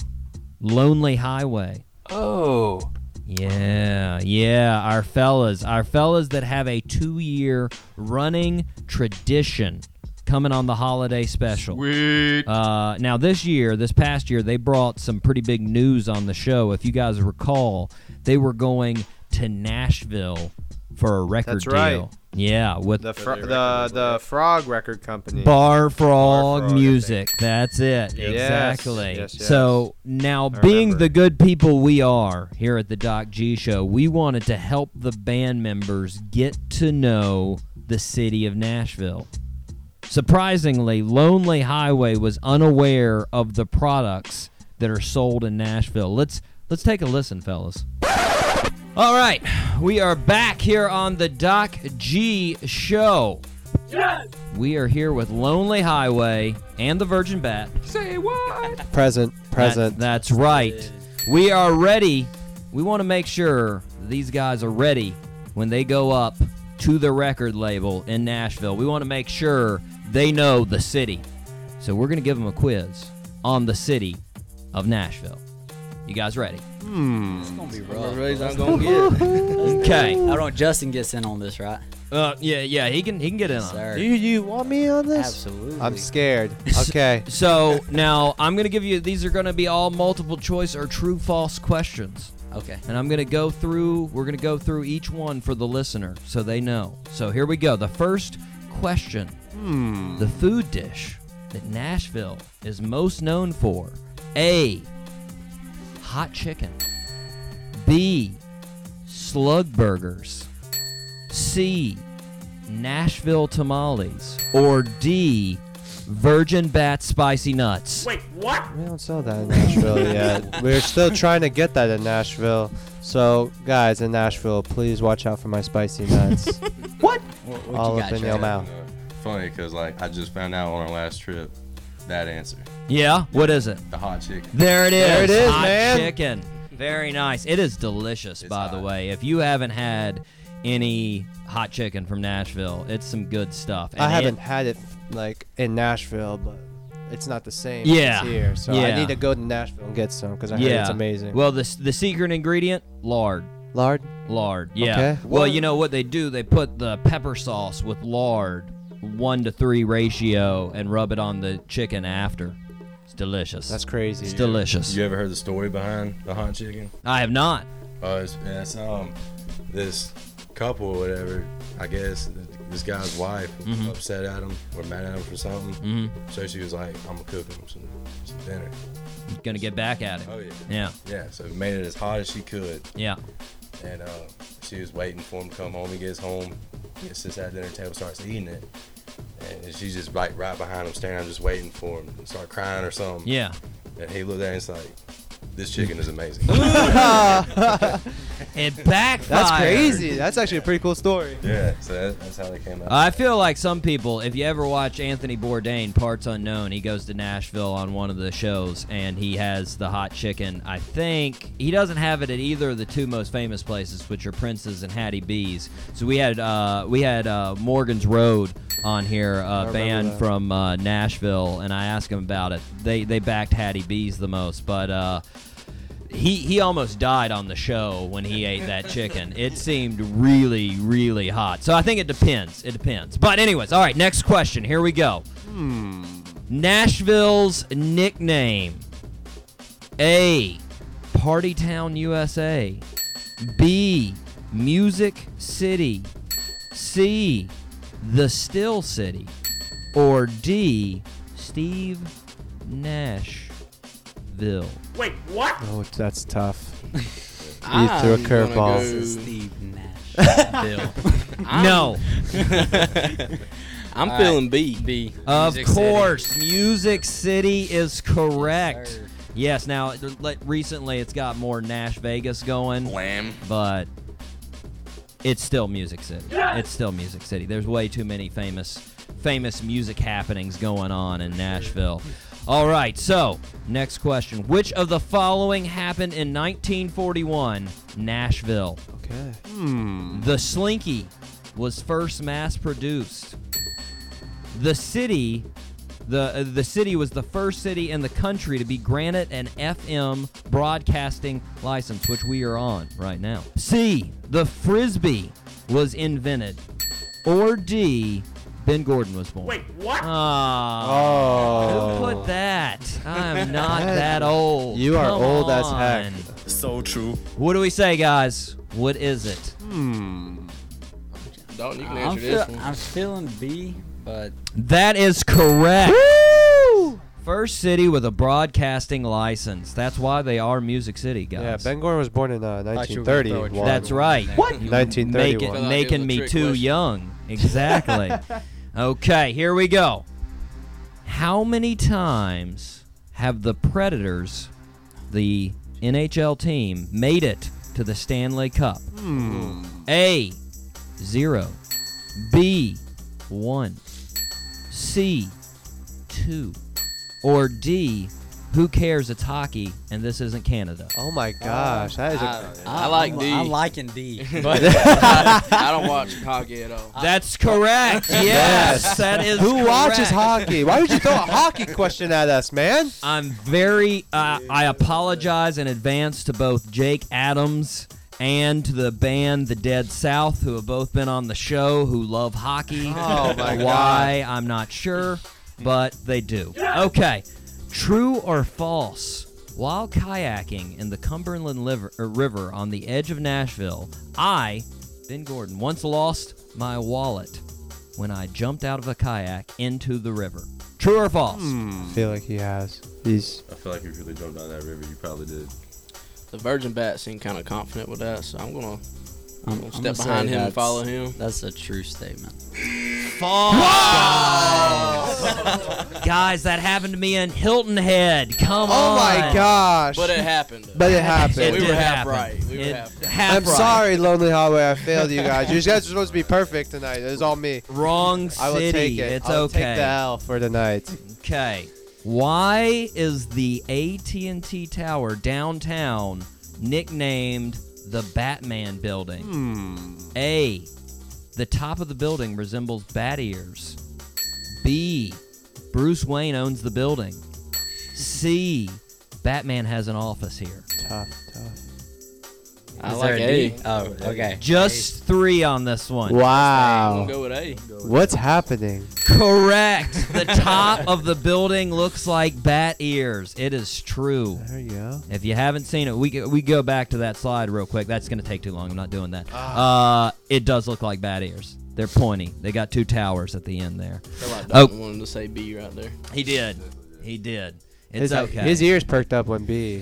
[SPEAKER 2] Lonely Highway.
[SPEAKER 5] Oh.
[SPEAKER 2] Yeah, yeah, our fellas, our fellas that have a 2-year running tradition coming on the holiday special. Uh, now this year, this past year, they brought some pretty big news on the show. If you guys recall, they were going to Nashville for a record
[SPEAKER 3] That's
[SPEAKER 2] deal.
[SPEAKER 3] right.
[SPEAKER 2] Yeah, with
[SPEAKER 3] The fro- the the Frog Record Company.
[SPEAKER 2] Bar Frog,
[SPEAKER 3] Bar Frog, I
[SPEAKER 2] music. That's it. Exactly.
[SPEAKER 3] yes, yes.
[SPEAKER 2] So now, being
[SPEAKER 3] remember.
[SPEAKER 2] the good people we are here at the Doc G Show, we wanted to help the band members get to know the city of Nashville. Surprisingly, Lonely Highway was unaware of the products that are sold in Nashville. Let's let's take a listen, fellas. All right, we are back here on the Doc G Show. We are here with Lonely Highway and the Virgin Bat.
[SPEAKER 6] Say what?
[SPEAKER 8] Present, present.
[SPEAKER 2] That- that's right. We are ready. We want to make sure these guys are ready when they go up to the record label in Nashville. We want to make sure they know the city. So we're going to give them a quiz on the city of Nashville. You guys ready?
[SPEAKER 8] Hmm.
[SPEAKER 10] I'm gonna get.
[SPEAKER 2] Okay.
[SPEAKER 10] I don't. Justin gets in on this, right?
[SPEAKER 2] Uh, yeah, yeah, he can he can get in on. it.
[SPEAKER 10] Sir.
[SPEAKER 8] you you want me on this?
[SPEAKER 10] Absolutely.
[SPEAKER 3] I'm
[SPEAKER 2] <laughs>
[SPEAKER 3] scared. Okay.
[SPEAKER 2] So now I'm gonna give you these are gonna be all multiple choice or true false questions.
[SPEAKER 10] okay.
[SPEAKER 2] And I'm gonna go through we're gonna go through each one for the listener so they know. So here we go. The first question.
[SPEAKER 3] Hmm.
[SPEAKER 2] The food dish that Nashville is most known for. A hot chicken. B slug burgers. C Nashville tamales. Or D Virgin Bat Spicy Nuts.
[SPEAKER 8] We don't sell that in Nashville
[SPEAKER 2] <laughs>
[SPEAKER 8] yet. We're still trying to get that in Nashville. So guys in Nashville, please watch out for my spicy
[SPEAKER 2] <laughs>
[SPEAKER 8] nuts.
[SPEAKER 10] What, what
[SPEAKER 8] All
[SPEAKER 10] you
[SPEAKER 8] up
[SPEAKER 10] got,
[SPEAKER 8] in your
[SPEAKER 10] Trey?
[SPEAKER 8] mouth.
[SPEAKER 11] Uh, Funny, cause like I just found out on our last trip that answer,
[SPEAKER 2] Yeah, what is it?
[SPEAKER 11] the hot chicken.
[SPEAKER 2] There it is.
[SPEAKER 8] There it is,
[SPEAKER 2] hot
[SPEAKER 8] man.
[SPEAKER 2] Chicken. Very nice. It is delicious, by the
[SPEAKER 11] hot.
[SPEAKER 2] way. If you haven't had any hot chicken from Nashville, it's some good stuff.
[SPEAKER 8] I
[SPEAKER 2] And it-
[SPEAKER 8] haven't had it like in Nashville, but it's not the same.
[SPEAKER 2] Yeah,
[SPEAKER 8] As here, so
[SPEAKER 2] yeah.
[SPEAKER 8] I need to go to Nashville and get some because I heard
[SPEAKER 2] yeah.
[SPEAKER 8] it's amazing.
[SPEAKER 2] Well, the s- the secret ingredient, lard.
[SPEAKER 8] Lard.
[SPEAKER 2] Lard. Yeah.
[SPEAKER 8] Okay.
[SPEAKER 2] Well, you know what they do? They put the pepper sauce with lard, one to three ratio, and rub it on the chicken after. It's delicious.
[SPEAKER 8] That's crazy.
[SPEAKER 2] It's delicious.
[SPEAKER 11] You ever heard the story behind the hot chicken?
[SPEAKER 2] I have not.
[SPEAKER 11] Uh, it's, it's um, this couple or whatever. I guess this guy's wife was upset at him or mad at him for something. So she was like, "I'm gonna cook him some, some dinner."
[SPEAKER 2] Gonna get back at it.
[SPEAKER 11] Oh yeah.
[SPEAKER 2] Yeah.
[SPEAKER 11] Yeah. So made it as hot as she could,
[SPEAKER 2] Yeah.
[SPEAKER 11] and uh, she was waiting for him to come home. He gets home, gets sits at the dinner table, starts eating it, and she's just like right behind him, standing, just waiting for him, and start crying or something.
[SPEAKER 2] Yeah.
[SPEAKER 11] And he looked at her and it's like, "This chicken is
[SPEAKER 8] <laughs>
[SPEAKER 11] amazing."
[SPEAKER 2] <laughs> It backfired.
[SPEAKER 8] That's crazy. That's actually a pretty cool story.
[SPEAKER 11] yeah. So that, that's how they came out.
[SPEAKER 2] I feel like some people, if you ever watch Anthony Bourdain, Parts Unknown, he goes to Nashville on one of the shows and he has the hot chicken. I think he doesn't have it at either of the two most famous places, which are Prince's and Hattie B's. So we had uh, we had uh, Morgan's Road on here, a
[SPEAKER 8] remember
[SPEAKER 2] band
[SPEAKER 8] that.
[SPEAKER 2] from uh, Nashville, and I asked him about it. They they backed Hattie B's the most, but. Uh, he he almost died on the show when he ate
[SPEAKER 8] <laughs>
[SPEAKER 2] that chicken. It seemed really really hot. So I think it depends. It depends. But anyways, all right, next question. Here we go. Mm-hmm. Nashville's nickname. A. Party Town USA. B. Music City. C. The Still City. Or D. Steve Nashville.
[SPEAKER 8] Oh, that's tough.
[SPEAKER 2] <laughs>
[SPEAKER 10] I'm
[SPEAKER 12] Ah,
[SPEAKER 2] Ah,
[SPEAKER 8] threw a
[SPEAKER 10] gonna
[SPEAKER 8] curveball.
[SPEAKER 10] go Steve Nash. <laughs> I'm-
[SPEAKER 2] <laughs> No. <laughs>
[SPEAKER 12] Uh,
[SPEAKER 10] I'm <laughs> feeling B. B.
[SPEAKER 2] Of
[SPEAKER 10] Music City.
[SPEAKER 2] course, Music City is correct.
[SPEAKER 10] sir.
[SPEAKER 2] Yes. Now, th- like, recently it's got more Nash Vegas going,
[SPEAKER 11] Lamb.
[SPEAKER 2] but it's still Music City. It's still Music City. There's way too many famous, famous music happenings going on in Nashville. All right. So, next question: Which of the following happened in 1941, Nashville?
[SPEAKER 8] Okay.
[SPEAKER 2] The Slinky was first mass produced. The city, the uh, the city was the first city in the country to be granted an FM broadcasting license, which we are on right now. C. The frisbee was invented, or D. Ben Gordon was born. Wait, what?
[SPEAKER 8] Oh.
[SPEAKER 2] Who put that?
[SPEAKER 8] <laughs>
[SPEAKER 2] I'm not that old.
[SPEAKER 8] You are
[SPEAKER 2] Come
[SPEAKER 8] old as heck.
[SPEAKER 2] on.
[SPEAKER 5] So true.
[SPEAKER 8] Hmm.
[SPEAKER 2] What do we say, guys? What is it?
[SPEAKER 10] Dalton,
[SPEAKER 2] you
[SPEAKER 10] can
[SPEAKER 2] answer
[SPEAKER 10] I'm
[SPEAKER 2] this
[SPEAKER 10] feel-
[SPEAKER 2] one.
[SPEAKER 10] I'm still in B, but
[SPEAKER 2] That is
[SPEAKER 10] <laughs>
[SPEAKER 2] correct. First city with a broadcasting license. That's why they are Music City, guys.
[SPEAKER 8] Yeah, Ben Gordon was born in uh,
[SPEAKER 2] Thought you were gonna
[SPEAKER 8] 1930.
[SPEAKER 2] throw a trick That's right. in there. What? Make
[SPEAKER 8] 1931.
[SPEAKER 2] it- making me too young. <laughs> Exactly. okay, here we go. How many times have the Predators, the NHL team, made it to the Stanley Cup?
[SPEAKER 8] Hmm.
[SPEAKER 2] A, zero. B, one. C, two. Or D, who cares? It's hockey, and this isn't Canada.
[SPEAKER 8] Oh my gosh, that is a-
[SPEAKER 10] Uh,
[SPEAKER 3] Uh,
[SPEAKER 10] I like D.
[SPEAKER 8] I
[SPEAKER 10] like in D.
[SPEAKER 2] <laughs>
[SPEAKER 8] but-
[SPEAKER 10] I, I don't watch hockey at all.
[SPEAKER 2] That's correct. Yes, that is.
[SPEAKER 8] Who watches
[SPEAKER 2] correct.
[SPEAKER 8] hockey? Why would you throw a
[SPEAKER 2] <laughs>
[SPEAKER 8] hockey question at us, man?
[SPEAKER 2] I'm very. Uh, I apologize in advance to both Jake Adams and to the band The Dead South, who have both been on the show, who love hockey.
[SPEAKER 8] Oh, my God.
[SPEAKER 2] Why I'm not sure, but they do. Okay, true or false? While kayaking in the Cumberland liver, uh, River on the edge of Nashville, I, Ben Gordon, once lost my wallet when I jumped out of a kayak into the river. True or false?
[SPEAKER 8] I feel like he has. He's
[SPEAKER 11] I feel like if you really jumped down that river, you probably did.
[SPEAKER 6] The Virgin Bat seemed kind of confident with that, so I'm gonna, I'm
[SPEAKER 10] I'm-
[SPEAKER 6] gonna
[SPEAKER 10] I'm
[SPEAKER 6] step
[SPEAKER 10] gonna say
[SPEAKER 6] behind him and
[SPEAKER 10] that's-
[SPEAKER 6] follow him.
[SPEAKER 10] That's a true statement.
[SPEAKER 2] False. Guys. Guys, that happened to me in Hilton Head. Come
[SPEAKER 8] Oh
[SPEAKER 2] on.
[SPEAKER 8] my gosh.
[SPEAKER 6] But it happened.
[SPEAKER 8] But it happened.
[SPEAKER 2] <laughs> It
[SPEAKER 8] We
[SPEAKER 2] did
[SPEAKER 8] were half
[SPEAKER 2] happen.
[SPEAKER 6] right. We were
[SPEAKER 2] It-
[SPEAKER 6] half right.
[SPEAKER 2] half
[SPEAKER 8] I'm
[SPEAKER 2] right.
[SPEAKER 8] sorry, Lonely Highway. I failed you guys. You guys are supposed to be perfect tonight. It was all me.
[SPEAKER 2] Wrong
[SPEAKER 8] I will
[SPEAKER 2] city.
[SPEAKER 8] take it.
[SPEAKER 2] It's
[SPEAKER 8] I will
[SPEAKER 2] okay.
[SPEAKER 8] Take the L for tonight.
[SPEAKER 2] Okay. Why is the AT&T Tower downtown nicknamed the Batman Building?
[SPEAKER 8] Hmm.
[SPEAKER 2] A. The top of the building resembles bat ears. B. Bruce Wayne owns the building. C. Batman has an office here.
[SPEAKER 8] Tough, tough.
[SPEAKER 10] I
[SPEAKER 6] Is
[SPEAKER 10] like
[SPEAKER 6] there a
[SPEAKER 10] A.
[SPEAKER 8] E?
[SPEAKER 6] D?
[SPEAKER 10] Oh, okay.
[SPEAKER 2] Just three on this one.
[SPEAKER 8] Wow.
[SPEAKER 6] Go with A.
[SPEAKER 8] What's happening?
[SPEAKER 2] Correct. The top of the building looks like bat ears. It is true.
[SPEAKER 8] There you go.
[SPEAKER 2] If you haven't seen it, we go- we go back to that slide real quick. That's going to take too long. I'm not doing that. Uh, it does look like bat ears. They're pointy. They got two towers at the end there.
[SPEAKER 6] That's why Dalton
[SPEAKER 2] Oh,
[SPEAKER 6] wanted to say B right there.
[SPEAKER 2] he did. He did. It's
[SPEAKER 8] his, uh,
[SPEAKER 2] okay.
[SPEAKER 8] His ears perked up when B.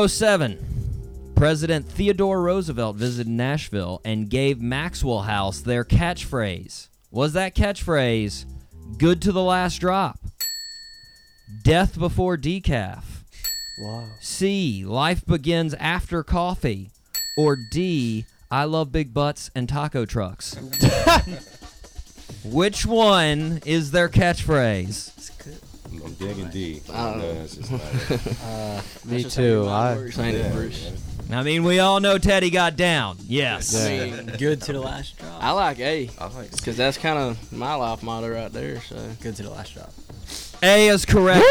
[SPEAKER 2] 1907, President Theodore Roosevelt visited Nashville and gave Maxwell House their catchphrase. Was that catchphrase good to the last drop? Death before decaf.
[SPEAKER 8] Wow.
[SPEAKER 2] C. Life begins after coffee. Or D. I love big butts and
[SPEAKER 8] <laughs>
[SPEAKER 2] taco trucks. Which one is their catchphrase?
[SPEAKER 11] I'm, I'm digging D.
[SPEAKER 6] I don't
[SPEAKER 11] No,
[SPEAKER 6] know.
[SPEAKER 11] that's just not it.
[SPEAKER 6] <laughs> Uh, that's
[SPEAKER 8] Me
[SPEAKER 6] just how your
[SPEAKER 8] too,
[SPEAKER 6] mind
[SPEAKER 8] I-
[SPEAKER 6] works, ain't it,
[SPEAKER 11] Yeah,
[SPEAKER 6] Bruce?
[SPEAKER 2] I mean, we all know Teddy got down. Yes.
[SPEAKER 6] I mean,
[SPEAKER 10] Good to the last drop.
[SPEAKER 6] I like A
[SPEAKER 11] I like
[SPEAKER 6] because that's kind of my life motto right there. So
[SPEAKER 10] Good to the last drop.
[SPEAKER 2] A is correct.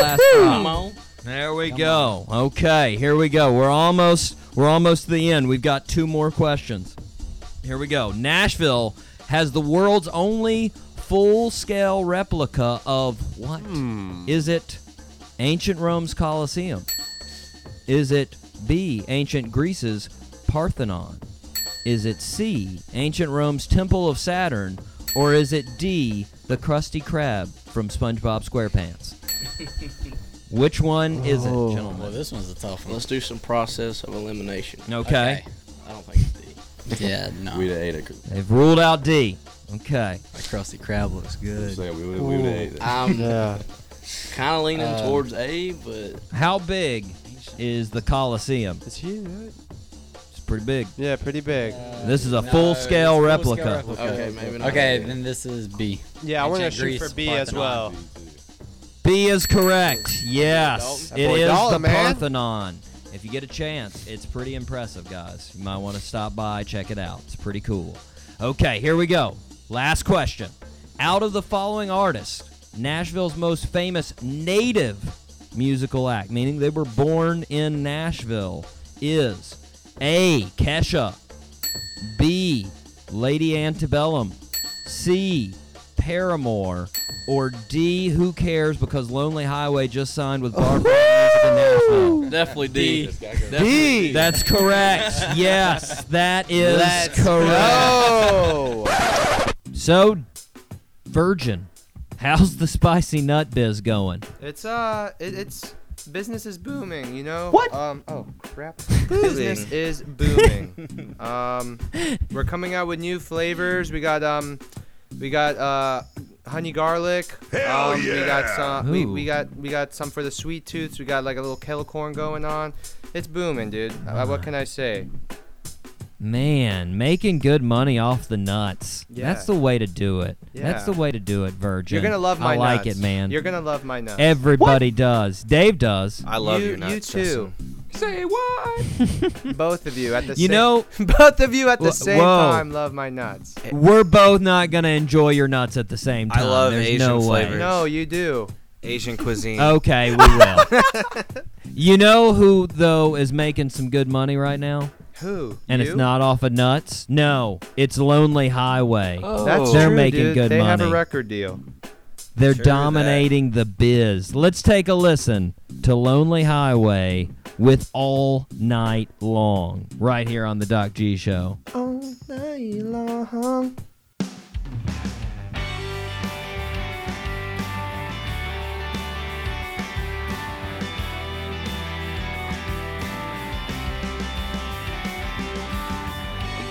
[SPEAKER 2] Last
[SPEAKER 6] come
[SPEAKER 2] drop.
[SPEAKER 6] on.
[SPEAKER 2] There we go. Oh, Okay, here we go. We're almost we're almost to the end. We've got two more questions. Here we go. Nashville has the world's only full-scale replica of what? Is it ancient Rome's Colosseum? Is it B, ancient Greece's Parthenon? Is it C, ancient Rome's Temple of Saturn? Or is it D, the Krusty Krab from SpongeBob SquarePants? <laughs> Which one is it,
[SPEAKER 8] Oh.
[SPEAKER 10] Well,
[SPEAKER 2] gentlemen?
[SPEAKER 10] this one's a tough one.
[SPEAKER 6] Let's do some process of elimination.
[SPEAKER 2] Okay.
[SPEAKER 6] I don't think it's D.
[SPEAKER 11] <laughs>
[SPEAKER 10] yeah, no.
[SPEAKER 11] We'd have ate it.
[SPEAKER 2] They've ruled out D. Okay.
[SPEAKER 10] That crusty crab looks
[SPEAKER 11] I'm
[SPEAKER 10] good. Um,
[SPEAKER 11] saying we would we would have ate it.
[SPEAKER 2] <laughs>
[SPEAKER 6] I'm
[SPEAKER 8] Yeah.
[SPEAKER 6] kind of leaning
[SPEAKER 10] Uh,
[SPEAKER 6] towards A, but
[SPEAKER 2] How big is the Colosseum?
[SPEAKER 8] Is he?
[SPEAKER 2] It's pretty big.
[SPEAKER 8] Yeah, pretty big.
[SPEAKER 2] This is a
[SPEAKER 10] No,
[SPEAKER 2] full-scale
[SPEAKER 10] it's a
[SPEAKER 2] replica.
[SPEAKER 6] Okay, maybe not.
[SPEAKER 10] Okay, then this is B.
[SPEAKER 8] yeah, I want to
[SPEAKER 10] Ancient
[SPEAKER 8] shoot
[SPEAKER 10] Greece
[SPEAKER 8] for B as well.
[SPEAKER 11] D, D.
[SPEAKER 2] B is correct. Yes,
[SPEAKER 8] That
[SPEAKER 2] it
[SPEAKER 8] boy
[SPEAKER 2] is
[SPEAKER 8] Dalton,
[SPEAKER 2] the
[SPEAKER 8] man.
[SPEAKER 2] Parthenon. If you get a chance, it's pretty impressive, guys. You might want to stop by, check it out. It's pretty cool. Okay, here we go. Last question. Out of the following artists, Nashville's most famous native musical act, meaning they were born in Nashville, is A. Kesha, B. Lady Antebellum, C. Paramore, Or D, who cares? Because Lonely Highway just signed with Barbara Music in Nashville.
[SPEAKER 10] Definitely D. Definitely
[SPEAKER 2] D. That's correct. yes, that is
[SPEAKER 10] Let's
[SPEAKER 2] correct.
[SPEAKER 3] go.
[SPEAKER 2] so, Virgin, how's the spicy nut biz going?
[SPEAKER 3] It's uh, it, it's business is booming. You know.
[SPEAKER 2] What?
[SPEAKER 3] Um. Oh crap. business is booming. um, we're coming out with new flavors. We got um, we got uh, honey garlic.
[SPEAKER 13] Hell
[SPEAKER 3] um, We got
[SPEAKER 13] yeah.
[SPEAKER 3] some. We, we
[SPEAKER 13] Ooh.
[SPEAKER 3] got we got some for the sweet tooths. We got like a little kettle corn going on. It's booming, dude. Uh, what can I say?
[SPEAKER 2] Man, making good money off the nuts.
[SPEAKER 3] Yeah.
[SPEAKER 2] That's the way to do it. That's
[SPEAKER 3] Yeah.
[SPEAKER 2] the way to do it, Virgin.
[SPEAKER 3] You're gonna love my
[SPEAKER 2] I like
[SPEAKER 3] nuts.
[SPEAKER 2] it, man.
[SPEAKER 3] You're gonna love my nuts.
[SPEAKER 2] Everybody does. Dave does.
[SPEAKER 5] I love
[SPEAKER 3] you,
[SPEAKER 5] your nuts,
[SPEAKER 3] You too.
[SPEAKER 13] Say what?
[SPEAKER 3] both of you at the
[SPEAKER 2] You
[SPEAKER 3] same,
[SPEAKER 2] know-
[SPEAKER 3] <laughs> both of you at the
[SPEAKER 2] Wh-
[SPEAKER 3] same
[SPEAKER 2] whoa.
[SPEAKER 3] time love my nuts.
[SPEAKER 2] We're both not gonna enjoy your nuts at the same
[SPEAKER 5] I
[SPEAKER 2] time.
[SPEAKER 5] love
[SPEAKER 2] There's
[SPEAKER 5] Asian
[SPEAKER 2] no way.
[SPEAKER 5] flavors.
[SPEAKER 3] No, you do.
[SPEAKER 5] Asian cuisine.
[SPEAKER 2] <laughs> Okay, we will.
[SPEAKER 3] <laughs>
[SPEAKER 2] you know who though is making some good money right now?
[SPEAKER 3] Who?
[SPEAKER 2] And
[SPEAKER 3] You?
[SPEAKER 2] it's not off of nuts. No, it's Lonely Highway.
[SPEAKER 3] That's
[SPEAKER 2] They're
[SPEAKER 3] true,
[SPEAKER 2] making
[SPEAKER 3] dude.
[SPEAKER 2] good
[SPEAKER 3] they
[SPEAKER 2] money.
[SPEAKER 3] have a record deal.
[SPEAKER 2] They're
[SPEAKER 3] True that.
[SPEAKER 2] dominating the biz. Let's take a listen to Lonely Highway with All Night Long right here on the Doc G Show.
[SPEAKER 13] All night long.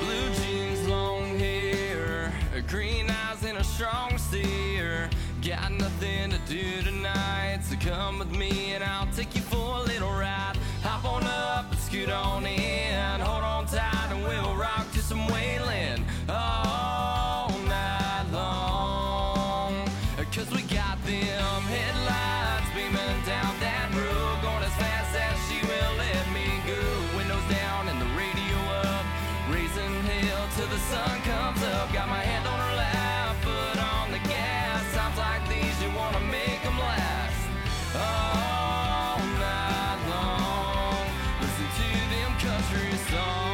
[SPEAKER 14] Blue jeans, long hair, green eyes, and a strong stare. Got nothing to do tonight, so come with me and I'll take you for a little ride. Hop on up and scoot on in. Hold on tight and we'll rock to some wailing all night long. Cause we got them headlights beaming down that road, going as fast as she will let me go. Windows down and the radio up, raising hell till the sun comes up. Got my hand on her lap, foot on the gas. Times like these, you wanna make 'em last all night long. Listen to them country songs.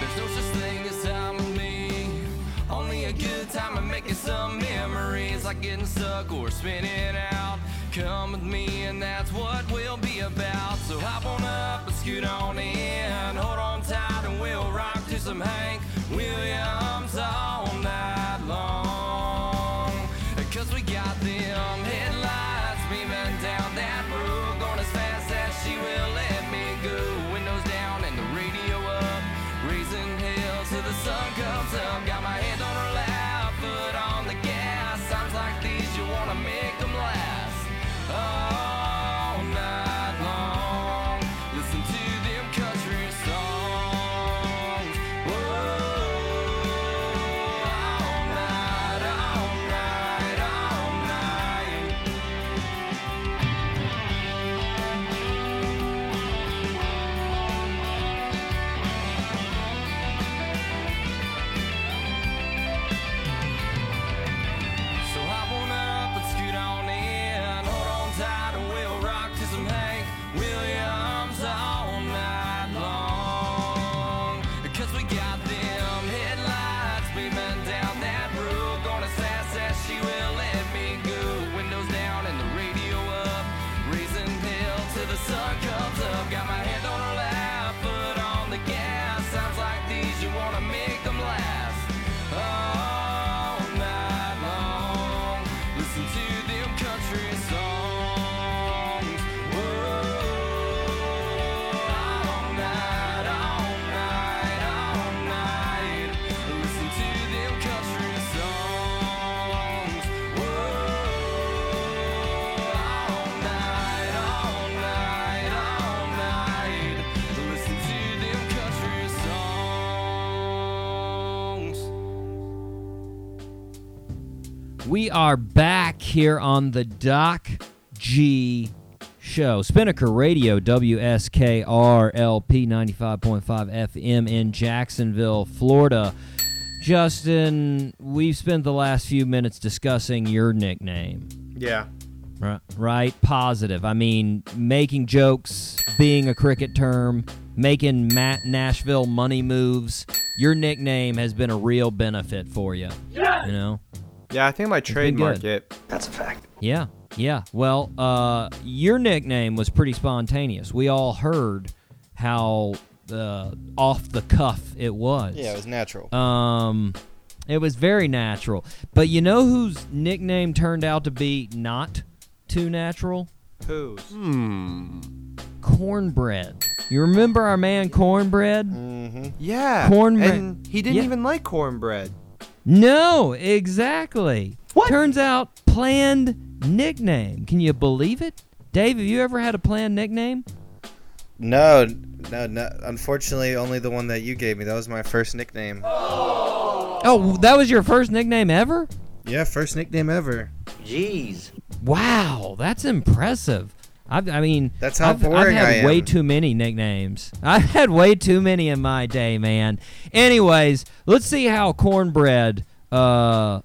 [SPEAKER 14] There's no such thing as time with me. Only a good time and making some memories, like getting stuck or spinning out. Come with me, and that's what we'll be about. So hop on up and scoot on in. Hold on tight, and we'll rock to some Hank Williams all night long. Cause we got them headlights beaming down that road, going as fast as she will let me go. Windows down and the radio up, raising hell till the sun comes up. Got my hand on her lap, foot on the gas. Times like these, you wanna make 'em last all night long. Listen to them country songs. Whoa, all night, all night, all night. So hop on up and scoot on in. Hold on tight and we'll rock to some Hank Williams all night long. Cause we got them headlights beaming down that road. Going as fast as she will let me go. Windows down and the radio up. Raising hell till the sun comes up. Got my hand on her lap, foot on the gas. Sounds like these, you wanna make them last. All night long, listen to them country songs. Whoa, all night, all night, all night, listen to them country songs. Whoa, all night, all night, all night, listen to them country songs.
[SPEAKER 2] We are back here on the Doc G show. Spinnaker Radio, WSKRLP 95.5 FM in Jacksonville, Florida. Justin, we've spent the last few minutes discussing your nickname.
[SPEAKER 3] Yeah.
[SPEAKER 2] Right. Right. Positive. I mean, making jokes, being a cricket term, making Matt Nashville money moves. Your nickname has been a real benefit for you. Yeah. You know.
[SPEAKER 3] Yeah, I think my
[SPEAKER 2] been
[SPEAKER 3] trademark
[SPEAKER 2] good.
[SPEAKER 3] it. That's a fact.
[SPEAKER 2] Yeah, yeah. Well, uh, your nickname was pretty spontaneous. We all heard how uh, off the cuff it was.
[SPEAKER 5] Yeah, it was natural.
[SPEAKER 2] Um, it was very natural. But you know whose nickname turned out to be not too natural?
[SPEAKER 3] Who's?
[SPEAKER 2] Hmm. Cornbread. You remember our man Cornbread?
[SPEAKER 5] Mm.
[SPEAKER 2] Mm-hmm.
[SPEAKER 3] Yeah.
[SPEAKER 2] Cornbread.
[SPEAKER 3] And he didn't
[SPEAKER 2] Yeah.
[SPEAKER 3] even like cornbread.
[SPEAKER 2] No, exactly. What? Turns out planned nickname. Can you believe it? Dave, have you ever had a planned nickname?
[SPEAKER 5] <laughs> No, no, no. Unfortunately, only the one that you gave me. That was my first nickname.
[SPEAKER 2] Oh, that was your first nickname ever?
[SPEAKER 5] Yeah, first nickname ever.
[SPEAKER 2] Jeez. Wow, that's impressive. I've, I mean,
[SPEAKER 5] That's how
[SPEAKER 2] I've, I've
[SPEAKER 5] boring
[SPEAKER 2] had
[SPEAKER 5] I am.
[SPEAKER 2] way too many nicknames. <laughs> I've had way too many in my day, man. Anyways, let's see how Cornbread uh,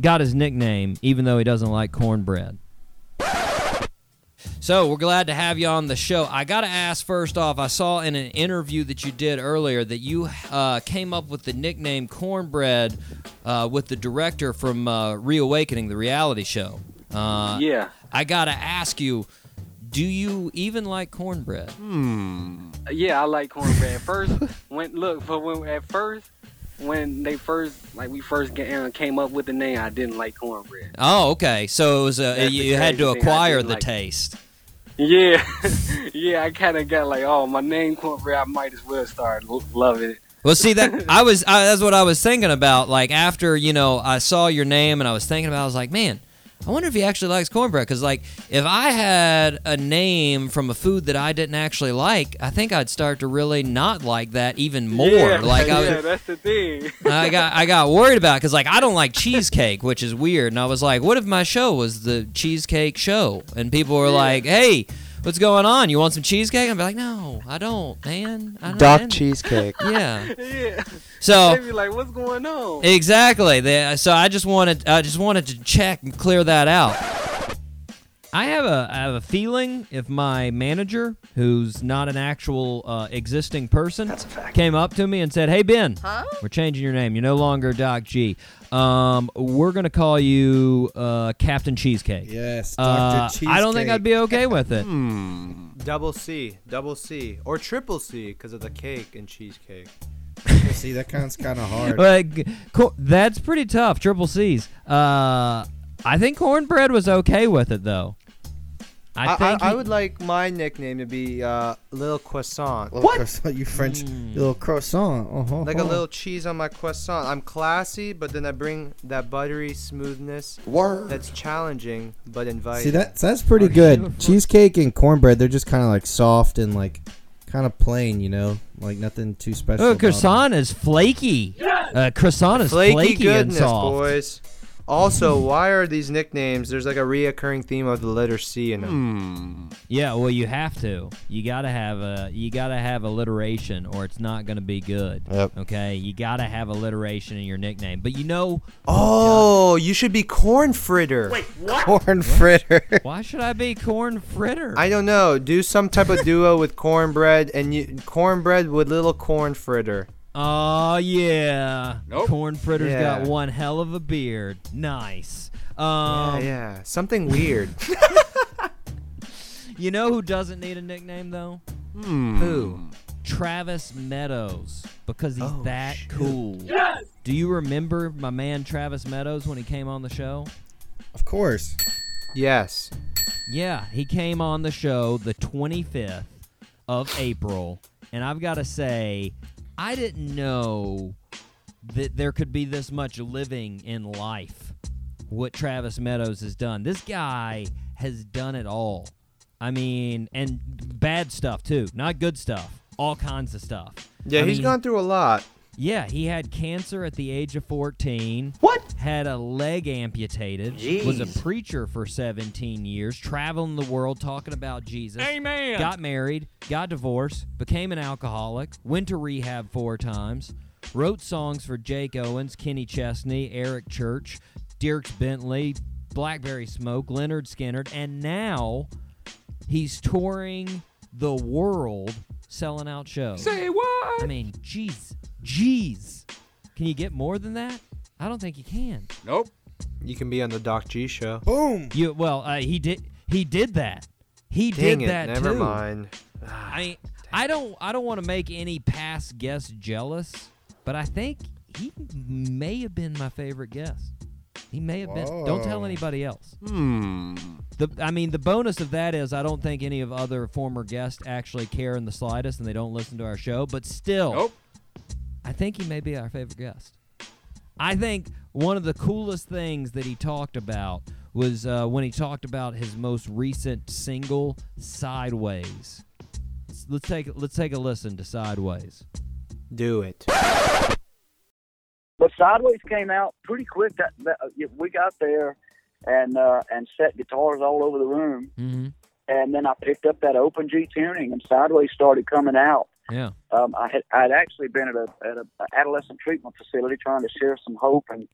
[SPEAKER 2] got his nickname, even though he doesn't like cornbread. So we're glad to have you on the show. I gotta ask first off. I saw in an interview that you did earlier that you uh, came up with the nickname Cornbread uh, with the director from uh, Reawakening, the reality show. Uh,
[SPEAKER 12] Yeah.
[SPEAKER 2] I gotta ask you, do you even like cornbread? Hmm.
[SPEAKER 12] uh, Yeah, I like cornbread. At first, when look, but when at first, when they first like we first get, uh, came up with the name, I didn't like cornbread.
[SPEAKER 2] Oh, okay. So it was a,
[SPEAKER 12] That's the
[SPEAKER 2] you had to
[SPEAKER 12] crazy thing. I
[SPEAKER 2] acquire
[SPEAKER 12] didn't
[SPEAKER 2] the
[SPEAKER 12] like it.
[SPEAKER 2] taste.
[SPEAKER 12] Yeah, <laughs> <laughs> yeah, I kind of got like, oh, my name cornbread. I might as well start lo- loving it.
[SPEAKER 2] Well, see that
[SPEAKER 12] <laughs>
[SPEAKER 2] I was I, that's what I was thinking about. Like after you know I saw your name and I was thinking about, it, I was like, man, I wonder if he actually likes cornbread. Because like if I had a name from a food that I didn't actually like, I think I'd start to really not like that even more.
[SPEAKER 12] <laughs> Yeah,
[SPEAKER 2] like I was,
[SPEAKER 12] yeah, that's the thing.
[SPEAKER 2] I got I got worried about because like I don't like cheesecake, which is weird. And I was like, what if my show was the cheesecake show? And people were like, hey, what's going on? You want some cheesecake? I'd be like, no, I don't, man. I don't,
[SPEAKER 8] Dark
[SPEAKER 2] man."
[SPEAKER 8] cheesecake.
[SPEAKER 2] <laughs> Yeah.
[SPEAKER 12] yeah.
[SPEAKER 2] So-
[SPEAKER 12] they be like, what's going on?
[SPEAKER 2] Exactly. They- uh, So I just wanted I just wanted to check and clear that out. I have a I have a feeling if my manager, who's not an actual uh, existing person, came up to me and said, "Hey Ben, we're changing your name. You're no longer Doc G. Um, we're gonna call you uh, Captain Cheesecake."
[SPEAKER 5] Yes,
[SPEAKER 3] Dr.
[SPEAKER 2] Uh, I don't think I'd be okay with it.
[SPEAKER 3] Hmm. Double C, double C, or triple C because of the cake and cheesecake.
[SPEAKER 5] See, that sounds kind of hard.
[SPEAKER 2] Like, co- that's pretty tough. Triple C's. Uh, I think cornbread was okay with it though. <laughs> I,
[SPEAKER 3] I, I,
[SPEAKER 2] think
[SPEAKER 3] I
[SPEAKER 2] he-
[SPEAKER 3] would like my nickname to be uh, Little Croissant.
[SPEAKER 6] <laughs>
[SPEAKER 5] you French little croissant. Uh-huh.
[SPEAKER 3] Like a little cheese on my croissant. I'm classy, but then I bring that buttery smoothness
[SPEAKER 5] Word.
[SPEAKER 3] that's challenging but inviting.
[SPEAKER 6] Oh. See that's that's pretty good. Cheesecake and cornbread, they're just kind of like soft and like kind of plain, you know, like nothing too special.
[SPEAKER 2] Oh,
[SPEAKER 6] about them.
[SPEAKER 2] croissant is flaky. Uh, croissant is
[SPEAKER 3] flaky,
[SPEAKER 2] flaky, and
[SPEAKER 3] goodness,
[SPEAKER 2] soft.
[SPEAKER 3] boys. Also, why are these nicknames? There's like a reoccurring theme of the letter C in
[SPEAKER 2] Hmm.
[SPEAKER 3] them.
[SPEAKER 2] Yeah, well, you have to. You gotta have a. You gotta have alliteration, or it's not gonna be good.
[SPEAKER 8] Yep.
[SPEAKER 2] Okay, you gotta have alliteration in your nickname. But you know,
[SPEAKER 3] Oh, you should be corn fritter. Wait,
[SPEAKER 6] Corn fritter.
[SPEAKER 2] <laughs> why should I be corn fritter?
[SPEAKER 3] I don't know. Do some type of
[SPEAKER 6] <laughs>
[SPEAKER 3] duo with cornbread and you, cornbread with little corn fritter.
[SPEAKER 2] Oh yeah. Corn fritter's
[SPEAKER 3] Yeah.
[SPEAKER 2] got one hell of a beard. Nice. Um,
[SPEAKER 3] yeah, yeah, something weird.
[SPEAKER 2] <laughs>
[SPEAKER 3] <laughs>
[SPEAKER 2] You know who doesn't need a nickname though?
[SPEAKER 3] Hmm.
[SPEAKER 2] Who? Travis Meadows because he's
[SPEAKER 3] Oh,
[SPEAKER 2] that cool. Yes! Do you remember my man Travis Meadows when he came on the show?
[SPEAKER 6] Of course.
[SPEAKER 3] yes.
[SPEAKER 2] Yeah, he came on the show the 25th of April, and I've got to say, I didn't know that there could be this much living in life. What Travis Meadows has done. This guy has done it all. I mean, and bad stuff too, not good stuff, all kinds of stuff.
[SPEAKER 3] Yeah,
[SPEAKER 2] I
[SPEAKER 3] he's
[SPEAKER 2] mean,
[SPEAKER 3] gone through a lot.
[SPEAKER 2] yeah, he had cancer at the age of 14. What? Had a leg amputated. Was a preacher for 17 years, traveling the world talking about Jesus.
[SPEAKER 14] Amen.
[SPEAKER 2] Got married, got divorced, became an alcoholic, went to rehab four times, wrote songs for Jake Owens, Kenny Chesney, Eric Church, Dirks Bentley, Blackberry Smoke, Leonard Skinner, and now he's touring the world selling out shows.
[SPEAKER 13] Say what?
[SPEAKER 2] I mean, jeez, jeez. Can you get more than that? I don't think you can.
[SPEAKER 3] Nope. You can be on the Doc G show.
[SPEAKER 2] Boom. You well, uh, he did. He did that. He
[SPEAKER 3] Dang
[SPEAKER 2] did
[SPEAKER 3] it,
[SPEAKER 2] that
[SPEAKER 3] never
[SPEAKER 2] too.
[SPEAKER 3] mind.
[SPEAKER 8] Ah,
[SPEAKER 2] I mean, I don't. I don't want to make any past guest jealous, but I think he may have been my favorite guest. He may have been. Don't tell
[SPEAKER 8] Whoa.
[SPEAKER 2] anybody else.
[SPEAKER 8] Hmm.
[SPEAKER 2] The, I mean, the bonus of that is I don't think any of other former guests actually care in the slightest, and they don't listen to our show. But still, I think he may be our favorite guest. I think one of the coolest things that he talked about was uh, when he talked about his most recent single, "Sideways." Let's- Let's take let's take a listen to "Sideways."
[SPEAKER 3] Do it.
[SPEAKER 15] But Sideways came out pretty quick. That, that uh, we got there and uh, and set guitars all over the room,
[SPEAKER 2] Mm-hmm.
[SPEAKER 15] and then I picked up that open G tuning, and Sideways started coming out.
[SPEAKER 2] Yeah.
[SPEAKER 16] Uh,
[SPEAKER 15] Um, I had I'd actually been at a at a adolescent treatment facility trying to share some hope and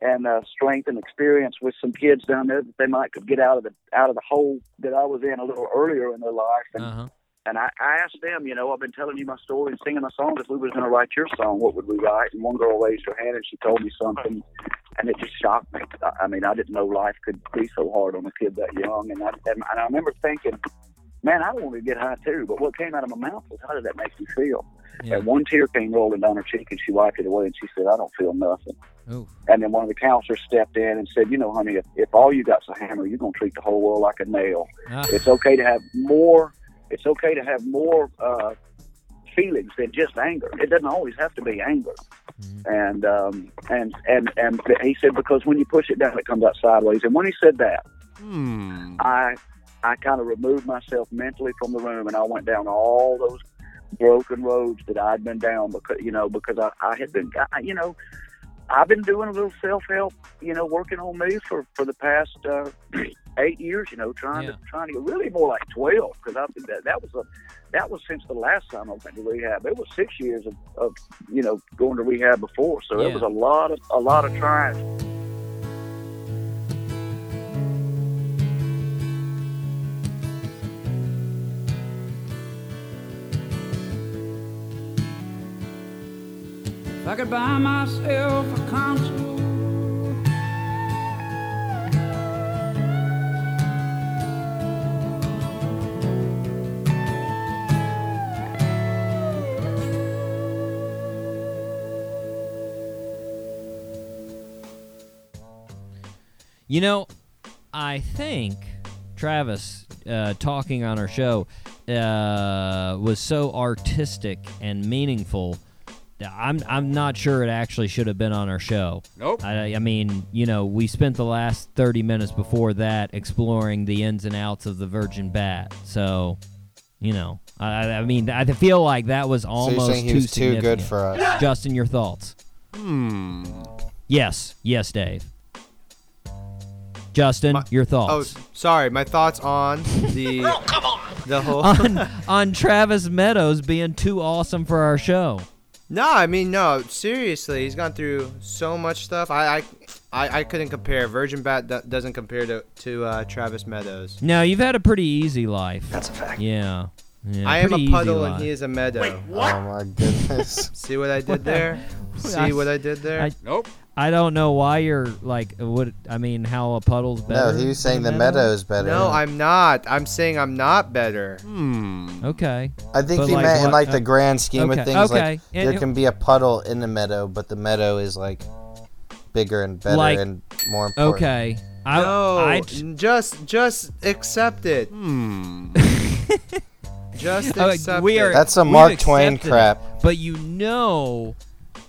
[SPEAKER 15] and uh, strength and experience with some kids down there that they might could get out of the out of the hole that I was in a little earlier in their life. And
[SPEAKER 2] Uh-huh.
[SPEAKER 15] and I, I asked them, you know, I've been telling you my story and singing my song. If we was going to write your song, what would we write? And one girl raised her hand and she told me something, and it just shocked me. I, I mean, I didn't know life could be so hard on a kid that young. And I, and I remember thinking, man, I wanted to get high too, but what came out of my mouth was, how did that make you feel?
[SPEAKER 2] Yeah.
[SPEAKER 15] And one tear came rolling down her cheek, and she wiped it away, and she said, I don't feel nothing.
[SPEAKER 2] Oof.
[SPEAKER 15] And then one of the counselors stepped in and said, you know, honey, if, if all you got's a hammer, you're going to treat the whole world like a nail.
[SPEAKER 2] Ah.
[SPEAKER 15] It's okay to have more. It's okay to have more uh, feelings than just anger. It doesn't always have to be anger. And um, and and and he said because when you push it down, it comes out sideways. And when he said that,
[SPEAKER 8] Hmm.
[SPEAKER 15] I I kind of removed myself mentally from the room, and I went down all those broken roads that I'd been down because you know because I, I had been I, you know I've been doing a little self help you know working on me for for the past uh, <clears throat> eight years you know trying to trying to get really more like twelve because I've been that, that was a that was since the last time I went to rehab it was six years of, of you know going to rehab before so
[SPEAKER 2] Yeah.
[SPEAKER 15] it was a lot of a lot of trying.
[SPEAKER 13] If I could buy myself a console.
[SPEAKER 2] You know, I think Travis uh, talking on our show uh, was so artistic and meaningful. that I'm I'm not sure it actually should have been on our show.
[SPEAKER 13] Nope.
[SPEAKER 2] I, I mean, you know, we spent the last 30 minutes before that exploring the ins and outs of the Virgin Bat. So, you know, I, I- I mean, I feel like that was
[SPEAKER 6] So you're
[SPEAKER 2] almost
[SPEAKER 6] saying he
[SPEAKER 2] too
[SPEAKER 6] was too good
[SPEAKER 2] significant.
[SPEAKER 6] for us?
[SPEAKER 2] Justin, your thoughts?
[SPEAKER 8] Hmm.
[SPEAKER 2] Yes, yes, Dave. Justin, your
[SPEAKER 3] Oh,
[SPEAKER 2] thoughts
[SPEAKER 3] s- sorry. My thoughts
[SPEAKER 2] <laughs>
[SPEAKER 3] on the the whole.
[SPEAKER 2] Oh, on on Travis Meadows being too awesome for our show.
[SPEAKER 3] <laughs> No, I mean no. Seriously, he's gone through so much stuff. I I, I, I couldn't compare. Virgin Bat do- doesn't compare to to uh, Travis Meadows.
[SPEAKER 2] Now you've had a pretty easy life. That's a fact. Yeah. Yeah,
[SPEAKER 3] I am a
[SPEAKER 2] pretty easy
[SPEAKER 3] puddle and
[SPEAKER 2] life.
[SPEAKER 3] he is a meadow.
[SPEAKER 6] Oh my goodness.
[SPEAKER 3] <laughs> See what I did there? See what I did there?
[SPEAKER 2] nope. I don't know why you're like what I mean how a puddle's better.
[SPEAKER 6] he was saying
[SPEAKER 2] than
[SPEAKER 6] the
[SPEAKER 2] a meadow?
[SPEAKER 6] meadow's better.
[SPEAKER 3] No, I'm not. I'm saying I'm not better.
[SPEAKER 8] Hmm.
[SPEAKER 2] Okay.
[SPEAKER 6] I think
[SPEAKER 2] But
[SPEAKER 6] he
[SPEAKER 2] like
[SPEAKER 6] meant in
[SPEAKER 2] what-
[SPEAKER 6] like the
[SPEAKER 2] uh,
[SPEAKER 6] grand scheme
[SPEAKER 2] okay,
[SPEAKER 6] of things.
[SPEAKER 2] okay.
[SPEAKER 6] Like
[SPEAKER 2] And
[SPEAKER 6] there
[SPEAKER 2] it-
[SPEAKER 6] can be a puddle in the meadow, but the meadow is like bigger and better
[SPEAKER 2] Like-
[SPEAKER 6] and more important.
[SPEAKER 2] Okay. I,
[SPEAKER 3] no,
[SPEAKER 2] I
[SPEAKER 3] n- just just accept it.
[SPEAKER 8] Hmm.
[SPEAKER 2] <laughs>
[SPEAKER 3] Just
[SPEAKER 2] Oh,
[SPEAKER 3] accept
[SPEAKER 2] we are.
[SPEAKER 3] it.
[SPEAKER 6] That's some
[SPEAKER 2] we've
[SPEAKER 6] Mark Twain
[SPEAKER 2] accepted it,
[SPEAKER 6] crap.
[SPEAKER 2] but you know,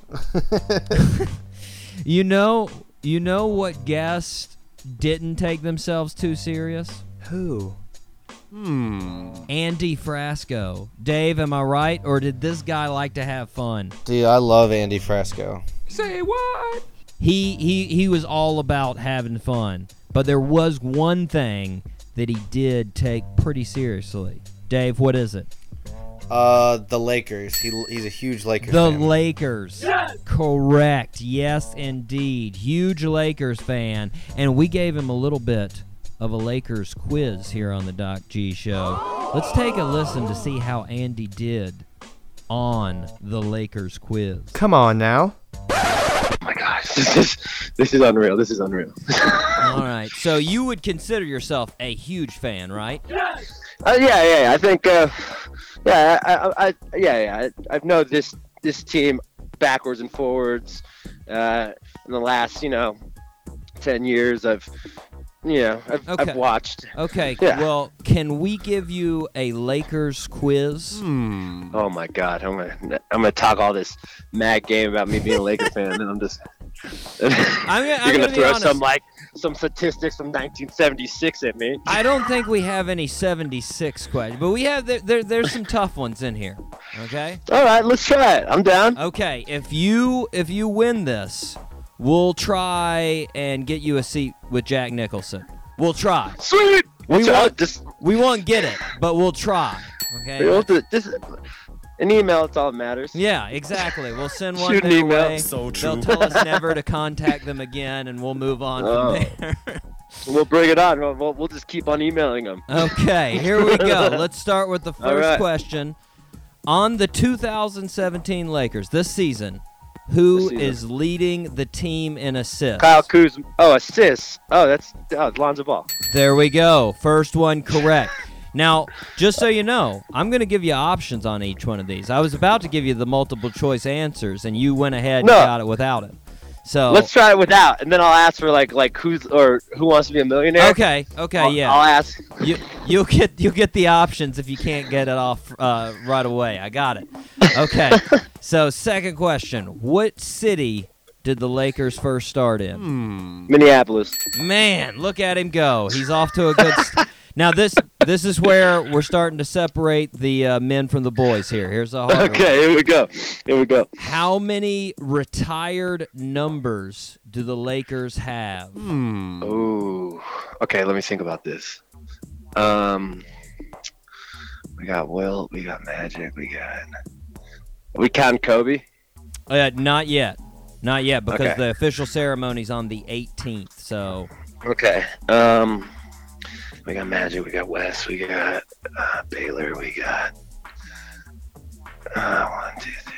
[SPEAKER 2] <laughs> you know, you know what guest didn't take themselves too serious?
[SPEAKER 3] Who?
[SPEAKER 8] Hmm.
[SPEAKER 2] Andy Frasco. Dave, am I right, or did this guy like to have fun?
[SPEAKER 6] Dude, I love Andy Fresco.
[SPEAKER 13] Say what?
[SPEAKER 2] He he he was all about having fun, but there was one thing that he did take pretty seriously. Dave, what is it?
[SPEAKER 5] Uh, the Lakers. He, he's a huge Lakers.
[SPEAKER 2] The
[SPEAKER 5] fan.
[SPEAKER 2] Lakers. Correct. Yes, indeed. Huge Lakers fan. And we gave him a little bit of a Lakers quiz here on the Doc G Show. Let's take a listen to see how Andy did on the Lakers quiz.
[SPEAKER 3] Come on now.
[SPEAKER 9] Oh <laughs> This is this is unreal. This is unreal.
[SPEAKER 2] All right. So you would consider yourself a huge fan, right?
[SPEAKER 16] Uh, yeah, yeah, yeah. I think, uh, <laughs> yeah, I, I, I, yeah, yeah. I, I've known this this team backwards and forwards uh, in the last, you know, ten years. I've, you know, I've,
[SPEAKER 2] Okay.
[SPEAKER 16] I've watched.
[SPEAKER 2] Okay.
[SPEAKER 16] Yeah.
[SPEAKER 2] Well, can we give you a Lakers quiz?
[SPEAKER 16] Oh my God, I'm gonna I'm gonna talk all this mad game about me being a Laker fan, and I'm just. <laughs> I'm <laughs>
[SPEAKER 2] gonna,
[SPEAKER 16] You're
[SPEAKER 2] I'm
[SPEAKER 16] gonna,
[SPEAKER 2] gonna be
[SPEAKER 16] throw
[SPEAKER 2] honest.
[SPEAKER 16] some like some statistics from 1976 at me.
[SPEAKER 2] I don't think we have any 76 questions, but we have there, there there's some tough ones in here. Okay?
[SPEAKER 16] All right, let's try it. I'm down.
[SPEAKER 2] Okay, if you if you win this, we'll try and get you a seat with Jack Nicholson. We'll try.
[SPEAKER 16] Sweet.
[SPEAKER 2] We
[SPEAKER 16] We'll try-
[SPEAKER 2] won't,
[SPEAKER 16] just-
[SPEAKER 2] we won't get it, but we'll try. Okay.
[SPEAKER 16] We'll do- this is- an email. It's all that matters.
[SPEAKER 2] Yeah, exactly. We'll send one
[SPEAKER 16] Shoot an
[SPEAKER 2] thing
[SPEAKER 16] email.
[SPEAKER 2] away.
[SPEAKER 16] So
[SPEAKER 2] They'll
[SPEAKER 16] true.
[SPEAKER 2] tell us never to contact them again, and we'll move on
[SPEAKER 16] Oh.
[SPEAKER 2] from there.
[SPEAKER 16] We'll bring it on. We'll, we'll, we'll just keep on emailing them.
[SPEAKER 2] Okay, here we
[SPEAKER 16] <laughs>
[SPEAKER 2] go. Let's start with the
[SPEAKER 16] All
[SPEAKER 2] first
[SPEAKER 16] right.
[SPEAKER 2] question. On the 2017 Lakers this season, who is
[SPEAKER 16] This season.
[SPEAKER 2] leading the team in assists?
[SPEAKER 16] Kyle Kuzma. Oh, assists. Oh, that's oh, Lonzo Ball.
[SPEAKER 2] There we go. First one correct. Now, just so you know, I'm going to give you options on each one of these. I was about to give you the multiple choice answers, and you went ahead and
[SPEAKER 16] No.
[SPEAKER 2] got it without it. So
[SPEAKER 16] Let's try it without, and then I'll ask for like like who's or who wants to be a millionaire.
[SPEAKER 2] Okay. Okay.
[SPEAKER 16] I'll-
[SPEAKER 2] yeah.
[SPEAKER 16] I'll ask.
[SPEAKER 2] You you'll get you'll get the options if you can't get it off uh, right away. I got it.
[SPEAKER 16] <laughs>
[SPEAKER 2] Okay. so second question: What city did the Lakers first start in?
[SPEAKER 16] Hmm. Minneapolis.
[SPEAKER 2] Man, look at him go. He's off to a good.
[SPEAKER 16] <laughs>
[SPEAKER 2] St- now this this is where we're starting to separate the uh, men from the boys. Here, here's the hard one.
[SPEAKER 16] Okay, here we go. Here we go.
[SPEAKER 2] How many retired numbers do the Lakers have?
[SPEAKER 16] Hmm. Ooh. Okay, let me think about this. Um, we got Will. We got Magic. We got. We count Kobe.
[SPEAKER 2] Uh, not yet. Not yet, because
[SPEAKER 16] Okay.
[SPEAKER 2] the official ceremony's on the 18th. So,
[SPEAKER 16] Okay. Um, we got Magic. We got West. We got uh, Baylor. We got. Uh, one, two, three.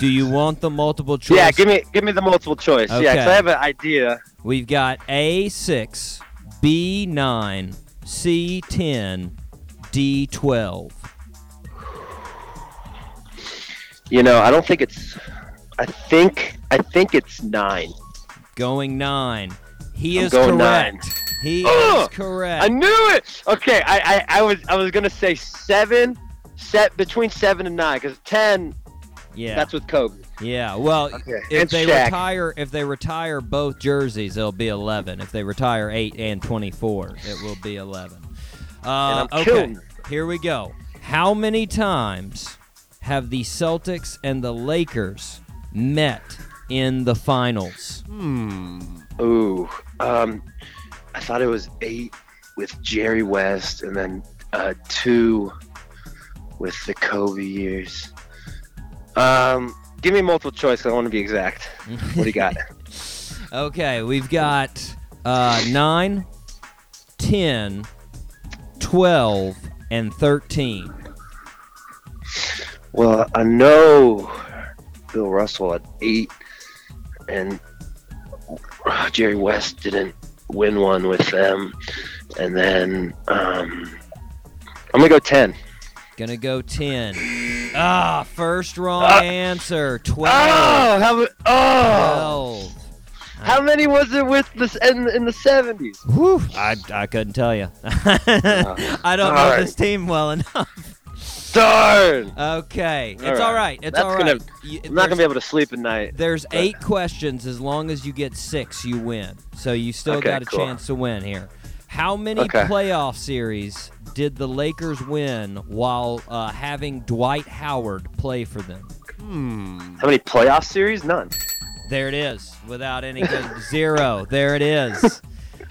[SPEAKER 2] do you want the multiple choice?
[SPEAKER 16] Yeah, give me give me the multiple choice. Yeah, 'cause
[SPEAKER 2] Okay.
[SPEAKER 16] I have an idea.
[SPEAKER 2] We've got A6, B9, C10, D12.
[SPEAKER 16] You know, I don't think it's. I think I think it's nine.
[SPEAKER 2] Going nine. He
[SPEAKER 16] I'm
[SPEAKER 2] is
[SPEAKER 16] going
[SPEAKER 2] correct.
[SPEAKER 16] nine.
[SPEAKER 2] He
[SPEAKER 16] Ugh!
[SPEAKER 2] is correct.
[SPEAKER 16] <gasps> I knew it. Okay, I, I, I was I was gonna say seven, set between seven and nine, because ten.
[SPEAKER 2] Yeah.
[SPEAKER 16] That's with Kobe.
[SPEAKER 2] Yeah, well,
[SPEAKER 16] Okay,
[SPEAKER 2] if
[SPEAKER 16] and
[SPEAKER 2] they
[SPEAKER 16] Shaq.
[SPEAKER 2] retire, if they retire both jerseys, it'll be eleven. If they retire eight and twenty-four, it will be eleven. Uh,
[SPEAKER 16] I'm
[SPEAKER 2] okay,
[SPEAKER 16] killing it.
[SPEAKER 2] here we go. How many times have the Celtics and the Lakers met in the finals?
[SPEAKER 16] Hmm. Ooh. Um, I thought it was eight with Jerry West, and then uh, two with the Kobe years. Um, give me multiple choice. 'cause I want to be exact. What do
[SPEAKER 2] <laughs>
[SPEAKER 16] you got?
[SPEAKER 2] Okay, we've got uh, nine, ten, twelve, and thirteen.
[SPEAKER 16] Well, I know Bill Russell at eight, and uh, Jerry West didn't win one with them. And then um, I'm gonna go ten.
[SPEAKER 2] Gonna go
[SPEAKER 16] <laughs>
[SPEAKER 2] ten. Ah, first wrong answer. Twelve.
[SPEAKER 16] Oh, how, oh.
[SPEAKER 2] Twelve.
[SPEAKER 16] how many was it with this in, in the seventies?
[SPEAKER 2] Whew, I, I couldn't tell <laughs> you. I don't know
[SPEAKER 16] darn.
[SPEAKER 2] this team well enough.
[SPEAKER 16] Darn.
[SPEAKER 2] Okay, it's all right. It's
[SPEAKER 16] That's
[SPEAKER 2] all
[SPEAKER 16] gonna-
[SPEAKER 2] right. You-
[SPEAKER 16] I'm not gonna
[SPEAKER 2] there's-
[SPEAKER 16] be able to sleep at night.
[SPEAKER 2] There's eight questions. As long as you get six, you win. So you still
[SPEAKER 16] Okay,
[SPEAKER 2] got a
[SPEAKER 16] cool.
[SPEAKER 2] chance to win here. How many
[SPEAKER 16] Okay.
[SPEAKER 2] playoff series did the Lakers win while uh, having Dwight Howard play for them?
[SPEAKER 16] How many playoff series? None.
[SPEAKER 2] There it is. Without any good zero. There it is.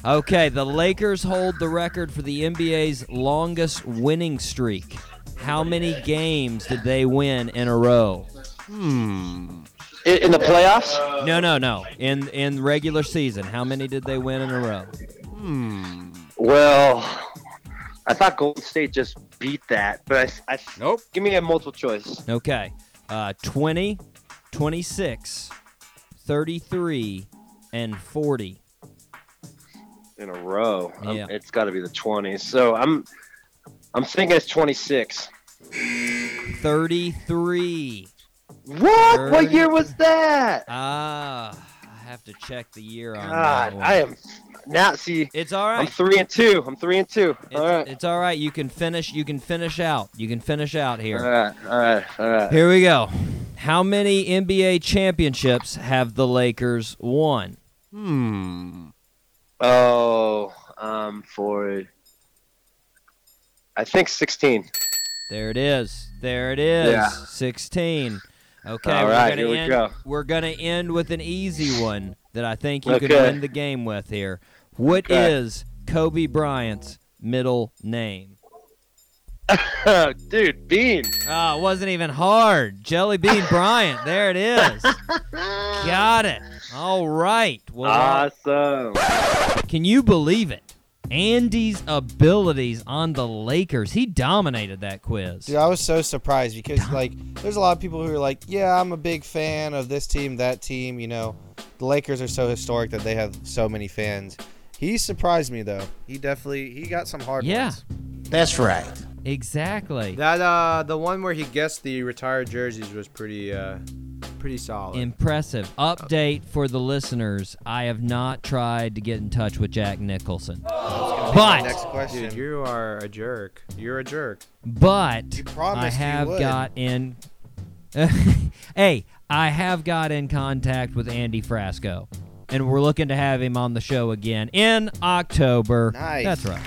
[SPEAKER 2] Okay, the Lakers hold the record for the NBA's longest winning streak. how many games did they win in a row? Hmm.
[SPEAKER 16] In, in the playoffs?
[SPEAKER 2] No, no, no. In in regular season, how many did they win in a row?
[SPEAKER 16] Hmm. <laughs> Well, I thought Golden State just beat that, but I, I nope. Give me a multiple choice.
[SPEAKER 2] Okay. Uh, 20, 26, 33, and 40.
[SPEAKER 16] in a row. Um,
[SPEAKER 2] Yeah.
[SPEAKER 16] It's got to be the 20s. So I'm I'm thinking it's 26.
[SPEAKER 2] 33.
[SPEAKER 16] What? What year was that?
[SPEAKER 2] Ah, I have to check the year on that
[SPEAKER 16] God,
[SPEAKER 2] one.
[SPEAKER 16] I am now see.
[SPEAKER 2] It's all right.
[SPEAKER 16] I'm 3 and 2. I'm 3 and 2.
[SPEAKER 2] It's, it's all right. You can finish. You can finish out. You can finish out here.
[SPEAKER 16] All right. All right. All right.
[SPEAKER 2] Here we go. How many NBA championships have the Lakers won?
[SPEAKER 16] Hmm. Oh, um for I think 16.
[SPEAKER 2] There it is. There it is.
[SPEAKER 16] Yeah.
[SPEAKER 2] 16. Okay,
[SPEAKER 16] All
[SPEAKER 2] we're
[SPEAKER 16] right,
[SPEAKER 2] gonna
[SPEAKER 16] here we
[SPEAKER 2] end,
[SPEAKER 16] go.
[SPEAKER 2] We're gonna end with an easy one that I think you can
[SPEAKER 16] Okay.
[SPEAKER 2] win the game with here. What is
[SPEAKER 16] Okay.
[SPEAKER 2] Kobe Bryant's middle name?
[SPEAKER 16] <laughs> Dude, Bean.
[SPEAKER 2] Oh, it wasn't even hard. Jelly
[SPEAKER 16] <laughs>
[SPEAKER 2] Bean Bryant. There it is. Got it. All right. Well, uh,
[SPEAKER 16] Awesome.
[SPEAKER 2] Can you believe it? Andy's abilities on the Lakers. He dominated that quiz.
[SPEAKER 6] Dude, I was so surprised because like there's a lot of people who are like, yeah, I'm a big fan of this team, that team. You know, the Lakers are so historic that they have so many fans. He surprised me though. He definitely he got some hard
[SPEAKER 2] Yeah.
[SPEAKER 6] ones. That's right.
[SPEAKER 2] Exactly.
[SPEAKER 3] That uh, the one where he guessed the retired jerseys was pretty uh, pretty solid.
[SPEAKER 2] Impressive. Update for the listeners. I have not tried to get in touch with Jack Nicholson. But
[SPEAKER 3] next question, dude, you are a jerk. You're a jerk.
[SPEAKER 2] but
[SPEAKER 3] You
[SPEAKER 2] I
[SPEAKER 3] promised you
[SPEAKER 2] have
[SPEAKER 3] would.
[SPEAKER 2] got in <laughs> Hey, I have got in contact with Andy Frasco. And we're looking to have him on the show again in October.
[SPEAKER 6] Nice.
[SPEAKER 2] That's right.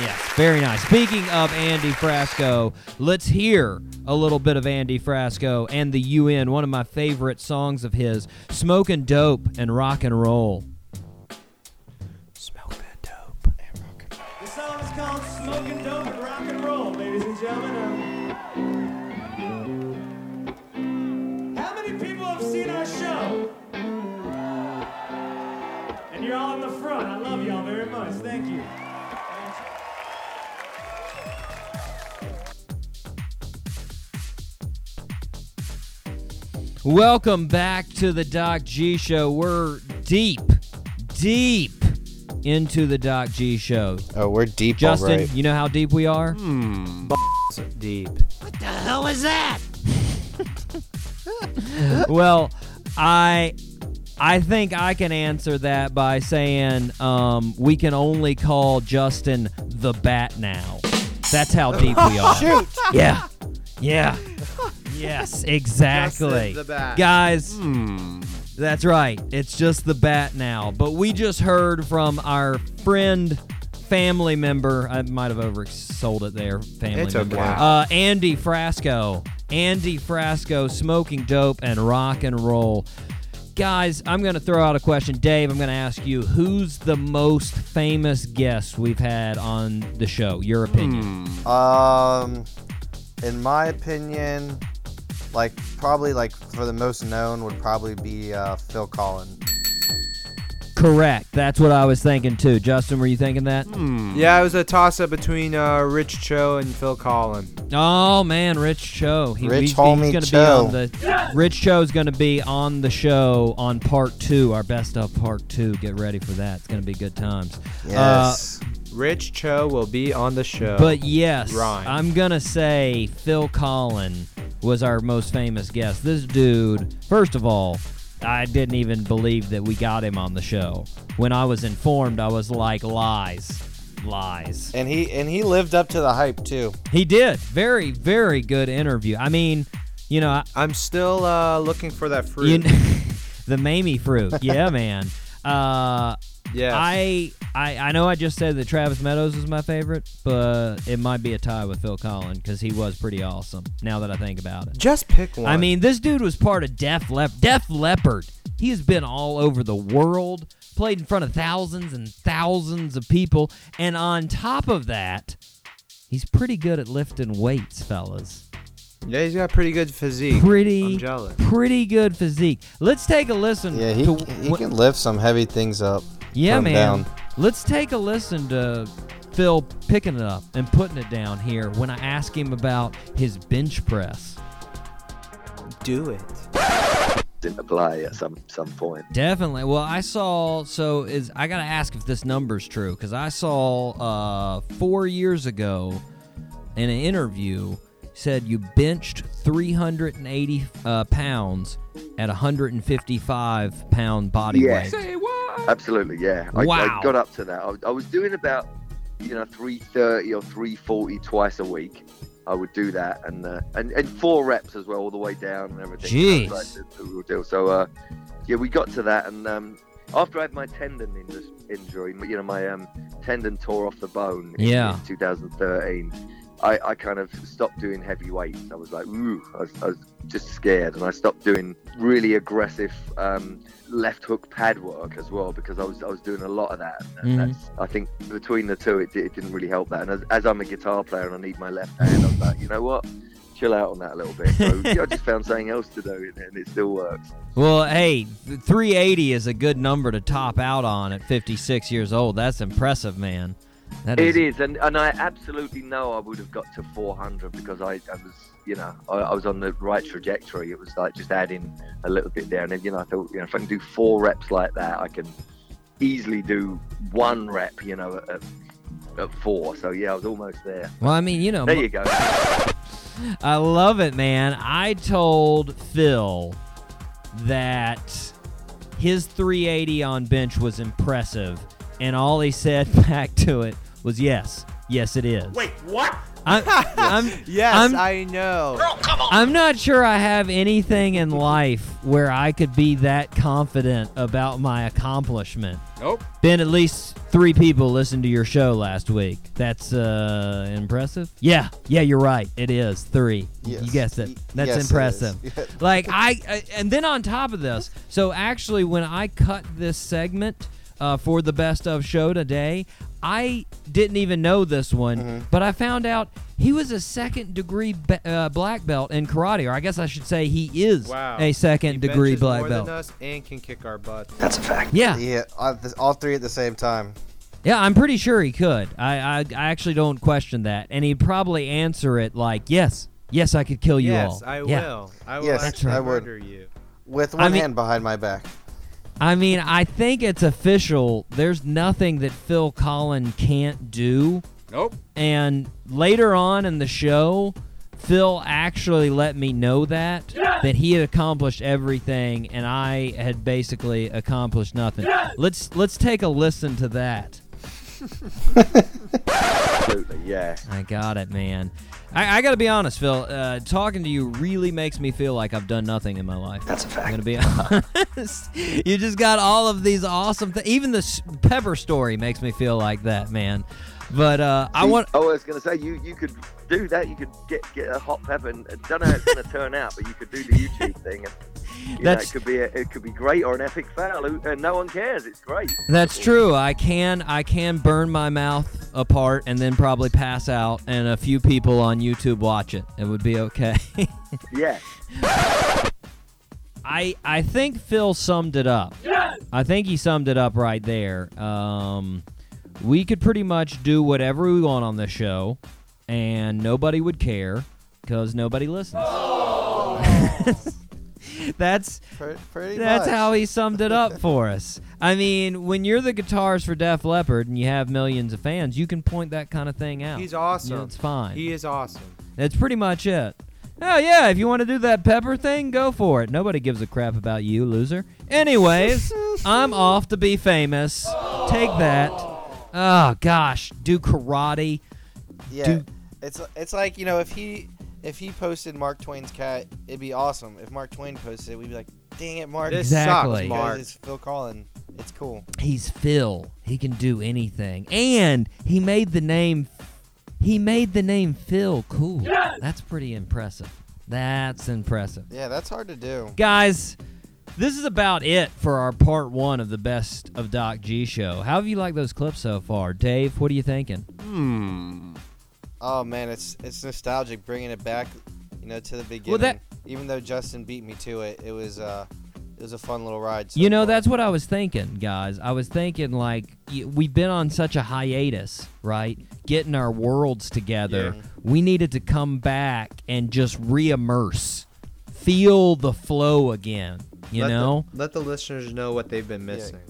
[SPEAKER 2] Yes, very nice. Speaking of Andy Frasco, let's hear a little bit of Andy Frasco and the UN, one of my favorite songs of his, Smoking Dope and Rock and Roll.
[SPEAKER 17] The song is called Smoking Dope and Rock and Roll, ladies and gentlemen. Um, How many people have seen our show? And you're all in the front. I love y'all very much. Thank you.
[SPEAKER 2] Welcome back to the Doc G Show. We're deep, deep into the Doc G Show.
[SPEAKER 6] Oh, we're deep.
[SPEAKER 2] Justin,
[SPEAKER 6] all right.
[SPEAKER 2] you know how deep we are? Hmm.
[SPEAKER 3] Deep.
[SPEAKER 2] What the hell was <laughs> that? <laughs> well, I I think I can answer that by saying um, we can only call Justin the Bat now. That's how deep we are.
[SPEAKER 17] <laughs> Shoot.
[SPEAKER 2] Yeah. Yeah.
[SPEAKER 17] <laughs>
[SPEAKER 2] Yes, exactly.
[SPEAKER 17] Justin the Bat. Hmm.
[SPEAKER 2] Guys, that's right. It's just the bat now. But we just heard from our friend, family member. I might have oversold it there. Family
[SPEAKER 3] It's
[SPEAKER 2] member.
[SPEAKER 3] okay.
[SPEAKER 2] Uh, Andy Frasco. Andy Frasco smoking dope and rock and roll. Guys, I'm going to throw out a question. Dave, I'm going to ask you who's the most famous guest we've had on the show? Your opinion.
[SPEAKER 3] Hmm.
[SPEAKER 6] Um, in my opinion, like probably like for the most known would probably be uh, Phil Collins.
[SPEAKER 2] Correct. That's what I was thinking too. Justin, were you thinking that?
[SPEAKER 3] Hmm. Yeah, it was a toss up between uh, Rich Cho and Phil Collin.
[SPEAKER 2] Oh man, Rich Cho. He,
[SPEAKER 3] Rich
[SPEAKER 2] he's, he's
[SPEAKER 3] homie
[SPEAKER 2] gonna
[SPEAKER 3] Cho.
[SPEAKER 2] Be on the, Rich Cho's going to be on the show on part two, our best of part two. Get ready for that. It's going to be good times. Uh,
[SPEAKER 3] Rich Cho will be on the show.
[SPEAKER 2] but
[SPEAKER 3] <laughs>
[SPEAKER 2] yes,
[SPEAKER 3] Rhyme.
[SPEAKER 2] I'm gonna say Phil Collin was our most famous guest. This dude, first of all, I didn't even believe that we got him on the show. When I was informed, I was like, lies, lies.
[SPEAKER 6] And he and he lived up to the hype too.
[SPEAKER 2] He did very, very good interview. I mean, you know, I,
[SPEAKER 3] I'm still uh, looking for that fruit.
[SPEAKER 2] You kn- <laughs> the Mamie fruit.
[SPEAKER 3] <laughs>
[SPEAKER 2] Yeah, man. Uh,
[SPEAKER 3] Yes.
[SPEAKER 2] I, I I know I just said that Travis Meadows was my favorite, but it might be a tie with Phil Collin because he was pretty awesome. Now that I think about it,
[SPEAKER 3] just pick one.
[SPEAKER 2] I mean, this dude was part of Def Leppard. Def Leppard. He has been all over the world, played in front of thousands and thousands of people, and on top of that, He's pretty good at lifting weights, fellas.
[SPEAKER 3] Yeah, he's got pretty good physique.
[SPEAKER 2] Pretty,
[SPEAKER 3] I'm jealous.
[SPEAKER 2] pretty good physique. Let's take a listen.
[SPEAKER 6] Yeah, he,
[SPEAKER 2] to
[SPEAKER 6] he
[SPEAKER 2] what-
[SPEAKER 6] can lift some heavy things up.
[SPEAKER 2] Yeah,
[SPEAKER 6] put 'em
[SPEAKER 2] man.
[SPEAKER 6] down.
[SPEAKER 2] Let's take a listen to Phil picking it up and putting it down here when I ask him about his bench press.
[SPEAKER 3] Do it.
[SPEAKER 18] didn't apply at some some point.
[SPEAKER 2] Definitely. Well, I saw. So is I gotta ask if this number's true because I saw uh, four years ago in an interview said you benched 380 uh, pounds at 155 pound body
[SPEAKER 18] yeah,
[SPEAKER 2] weight.
[SPEAKER 18] absolutely, yeah. I,
[SPEAKER 2] Wow.
[SPEAKER 18] I got up to that. I, I was doing about you know 330 or 340 twice a week. I would do that and uh, and and four reps as well, all the way down and everything.
[SPEAKER 2] Jeez.
[SPEAKER 18] That was, like, the, the real deal. So uh, yeah, we got to that and. Um, after I had my tendon in- injury, you know, my um, tendon tore off the bone in-
[SPEAKER 2] Yeah.
[SPEAKER 18] in 2013, I, I kind of stopped doing heavy weights. I was like, ooh, I was, I was just scared. And I stopped doing really aggressive um, left hook pad work as well because I was, I was doing a lot of that. And
[SPEAKER 19] Mhm.
[SPEAKER 18] that's, I think between the two, it, di- it didn't really help that. And as, as I'm a guitar player and I need my left hand, I was like, you know what? Chill out on that a little bit. So yeah, I just found something else to do and it still works.
[SPEAKER 2] Well, hey, th- 380 is a good number to top out on at 56 years old. That's impressive, man. That is
[SPEAKER 18] It is, and, and I absolutely know I would have got to 400 because I, I was, you know, I, I was on the right trajectory. It was like just adding a little bit there, and then you know I thought, you know, if I can do four reps like that, I can easily do one rep, you know, at, at, at four. So yeah, I was almost there.
[SPEAKER 2] Well, I mean, you know,
[SPEAKER 18] there
[SPEAKER 2] mo-
[SPEAKER 18] you go.
[SPEAKER 2] <laughs> I love it, man. I told Phil that his 380 on bench was impressive, and all he said <laughs> back to it was yes, yes, it is.
[SPEAKER 17] Wait, what?
[SPEAKER 2] I'm,
[SPEAKER 3] <laughs>
[SPEAKER 2] I'm,
[SPEAKER 17] Yes,
[SPEAKER 2] I'm,
[SPEAKER 3] I know.
[SPEAKER 2] I'm not sure I have anything in life where I could be that confident about my accomplishment.
[SPEAKER 17] Nope.
[SPEAKER 2] Been at least three people listened to your show last week. That's uh, impressive. Yeah, yeah, you're right. It is three. You guessed it. That's
[SPEAKER 17] yes, it is.
[SPEAKER 2] <laughs> impressive. like I, I, and then on top of this, so actually when I cut this segment uh, for the best of show today, I didn't even know this one,
[SPEAKER 3] Mm-hmm.
[SPEAKER 2] but I found out he was a second degree be- uh, black belt in karate, or I guess I should say he is
[SPEAKER 3] Wow.
[SPEAKER 2] a second
[SPEAKER 3] He
[SPEAKER 2] degree
[SPEAKER 3] benches
[SPEAKER 2] black
[SPEAKER 3] more
[SPEAKER 2] belt.
[SPEAKER 3] Than us and can kick our butt.
[SPEAKER 6] That's a fact.
[SPEAKER 2] Yeah.
[SPEAKER 6] Yeah, all th- all three at the same time.
[SPEAKER 2] Yeah, I'm pretty sure he could. I, I I actually don't question that, and he'd probably answer it like, "Yes, yes, I could kill Oh, you all."
[SPEAKER 3] Yes, I will.
[SPEAKER 2] Yeah.
[SPEAKER 3] I will
[SPEAKER 6] Yes,
[SPEAKER 3] actually
[SPEAKER 6] I would.
[SPEAKER 3] murder you.
[SPEAKER 6] With
[SPEAKER 2] I
[SPEAKER 6] one
[SPEAKER 2] mean-
[SPEAKER 6] hand behind my back.
[SPEAKER 2] I mean, I think it's official. There's nothing that Phil Collin can't do.
[SPEAKER 17] Nope.
[SPEAKER 2] And later on in the show, Phil actually let me know that that he had accomplished everything and I had basically accomplished nothing. Let's let's take a listen to that.
[SPEAKER 18] Absolutely, yeah.
[SPEAKER 2] I got it, man. I, I got to be honest, Phil. Uh, talking to you really makes me feel like I've done nothing in my life. That's a fact. I'm gonna be <laughs> honest. you just got all of these awesome things. Even the s- pepper story makes me feel like that, man. But uh, I
[SPEAKER 18] See,
[SPEAKER 2] want.
[SPEAKER 18] Oh, I was going to say you you could do that. You could get get a hot pepper. And, I don't know how it's going to turn out, but you could do the YouTube thing. And, you know,
[SPEAKER 2] That's-
[SPEAKER 18] it could be a, it could be great or an epic fail, who- and no one cares. It's great.
[SPEAKER 2] That's true. I can I can burn my mouth apart and then probably pass out, and a few people on YouTube watch it. It would be okay. <laughs>
[SPEAKER 18] Yeah.
[SPEAKER 2] I I think Phil summed it up. I think he summed it up right there. Um, we could pretty much do whatever we want on this show, and nobody would care because nobody listens. <laughs> that's
[SPEAKER 6] Pretty, pretty
[SPEAKER 2] that's
[SPEAKER 6] much.
[SPEAKER 2] how he summed it up for us. I mean, when you're the guitarist for Def Leppard and you have millions of fans, you can point that kind of thing out.
[SPEAKER 3] He's
[SPEAKER 2] You know,
[SPEAKER 3] awesome.
[SPEAKER 2] it's fine.
[SPEAKER 3] He is awesome.
[SPEAKER 2] That's pretty much it. Oh yeah, if you want to do that pepper thing, go for it. Nobody gives a crap about you, loser. Anyways, I'm off to be famous. Take that. Oh gosh, do karate.
[SPEAKER 6] Yeah.
[SPEAKER 2] Do
[SPEAKER 6] It's it's like, you know, if he if he posted Mark Twain's cat, it'd be awesome. If Mark Twain posted it, we'd be like, dang it, Mark.
[SPEAKER 2] This sucks,
[SPEAKER 6] Because
[SPEAKER 2] Mark.
[SPEAKER 6] It's Phil Collin. It's cool.
[SPEAKER 2] he's Phil. He can do anything. And he made the name he made the name Phil cool. That's pretty impressive. That's impressive.
[SPEAKER 6] Yeah, that's hard to do.
[SPEAKER 2] Guys, this is about it for our part one of the best of Doc G show. How have you liked those clips so far? Dave, what are you thinking?
[SPEAKER 8] Hmm.
[SPEAKER 6] Oh man, it's it's nostalgic bringing it back, you know, to the beginning.
[SPEAKER 2] that-
[SPEAKER 6] Even though Justin beat me to it, it was uh, it was a fun little ride. So
[SPEAKER 2] you know, that's what I was thinking, guys. I was thinking like y- we've been on such a hiatus, right? Getting our worlds together. We needed to come back and just re-immerse, feel the flow again. You
[SPEAKER 3] Let the-
[SPEAKER 2] know,
[SPEAKER 3] let the listeners know what they've been missing.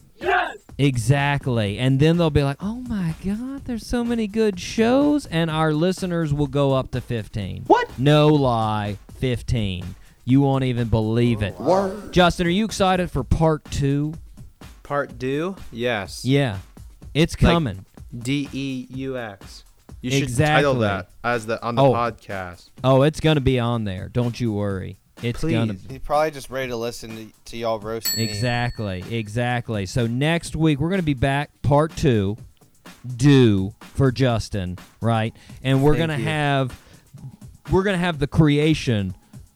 [SPEAKER 2] Exactly. And then they'll be like, oh my God, there's so many good shows. And our listeners will go up to 15. What? No lie, 15. You won't even believe it. Justin, are you excited for part two?
[SPEAKER 3] Part due? Yes.
[SPEAKER 2] Yeah. It's
[SPEAKER 3] Like,
[SPEAKER 2] coming.
[SPEAKER 3] D E U X. You should
[SPEAKER 2] exactly.
[SPEAKER 3] title that as the on the
[SPEAKER 2] Oh.
[SPEAKER 3] podcast.
[SPEAKER 2] Oh, it's going to be on there. Don't you worry. It's going to
[SPEAKER 6] He's probably just ready to listen to, to y'all roast me.
[SPEAKER 2] Exactly, exactly. So next week we're going to be back part 2 due for Justin, right? And we're
[SPEAKER 6] Thank
[SPEAKER 2] going to
[SPEAKER 6] you.
[SPEAKER 2] have we're going to have the creation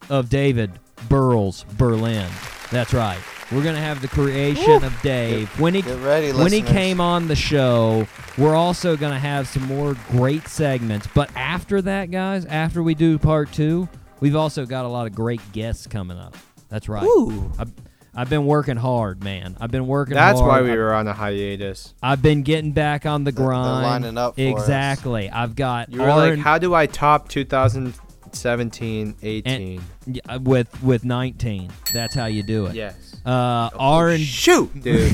[SPEAKER 2] of David Burles Berlin. That's right. We're going to have the creation of Dave.
[SPEAKER 6] Get-
[SPEAKER 2] when he
[SPEAKER 6] get ready,
[SPEAKER 2] when he
[SPEAKER 6] listeners.
[SPEAKER 2] came on the show, we're also going to have some more great segments, but after that, guys, after we do part 2, we've also got a lot of great guests coming up. That's right.
[SPEAKER 3] Ooh.
[SPEAKER 2] I've, I've been working hard, man. I've been working
[SPEAKER 3] That's why
[SPEAKER 2] hard.
[SPEAKER 3] we
[SPEAKER 2] I've-
[SPEAKER 3] were on a hiatus.
[SPEAKER 2] I've been getting back on the grind.
[SPEAKER 6] lining up for us.
[SPEAKER 2] exactly. I've got
[SPEAKER 3] You were like,
[SPEAKER 2] R&B
[SPEAKER 3] how do I top 2017, 18?
[SPEAKER 2] Yeah, uh, with with 19. That's how you do it.
[SPEAKER 3] Yes. Oh,
[SPEAKER 2] Uh, R and <laughs>
[SPEAKER 3] shoot, dude.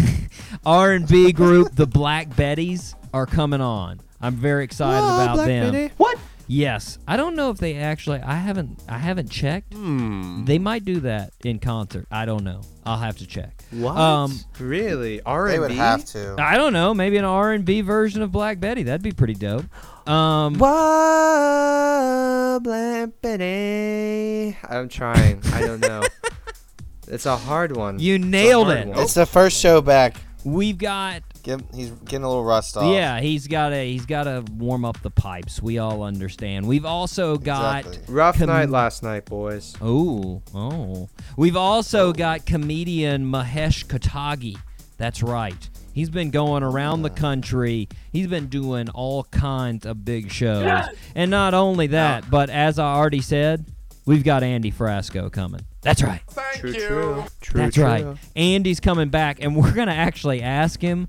[SPEAKER 2] R and B group, the Black Betties, are coming on. I'm very excited
[SPEAKER 3] Whoa,
[SPEAKER 2] about
[SPEAKER 3] Black
[SPEAKER 2] them.
[SPEAKER 3] Betty.
[SPEAKER 2] What? Yes. I don't know if they actually. I haven't. I haven't checked.
[SPEAKER 3] Hmm.
[SPEAKER 2] They might do that in concert. I don't know. I'll have to check.
[SPEAKER 3] What?
[SPEAKER 2] Um,
[SPEAKER 3] really? R and B?
[SPEAKER 6] They would have to.
[SPEAKER 2] I don't know. Maybe an R and B version of Black Betty. That'd be pretty dope. Um,
[SPEAKER 3] Whoa, Black Betty. Eh, I'm trying. I don't
[SPEAKER 2] <laughs>
[SPEAKER 3] know. it's a hard one.
[SPEAKER 2] You
[SPEAKER 3] It's a
[SPEAKER 2] nailed
[SPEAKER 3] hard
[SPEAKER 2] it.
[SPEAKER 3] one.
[SPEAKER 6] It's the first show back.
[SPEAKER 2] We've got
[SPEAKER 6] Give, he's getting a little rust off.
[SPEAKER 2] Yeah, he's got to he's got to warm up the pipes. We all understand. We've also got
[SPEAKER 6] Exactly.
[SPEAKER 3] Rough
[SPEAKER 2] com-
[SPEAKER 3] night last night, boys. Oh.
[SPEAKER 2] Oh, oh. We've also got comedian Mahesh Katagi. That's right. He's been going around the country. He's been doing all kinds of big shows. And not only that, but as I already said, we've got Andy Frasco coming. That's right.
[SPEAKER 3] true, true, true.
[SPEAKER 2] That's
[SPEAKER 3] true.
[SPEAKER 2] right. Andy's coming back, and <laughs> we're going to actually ask him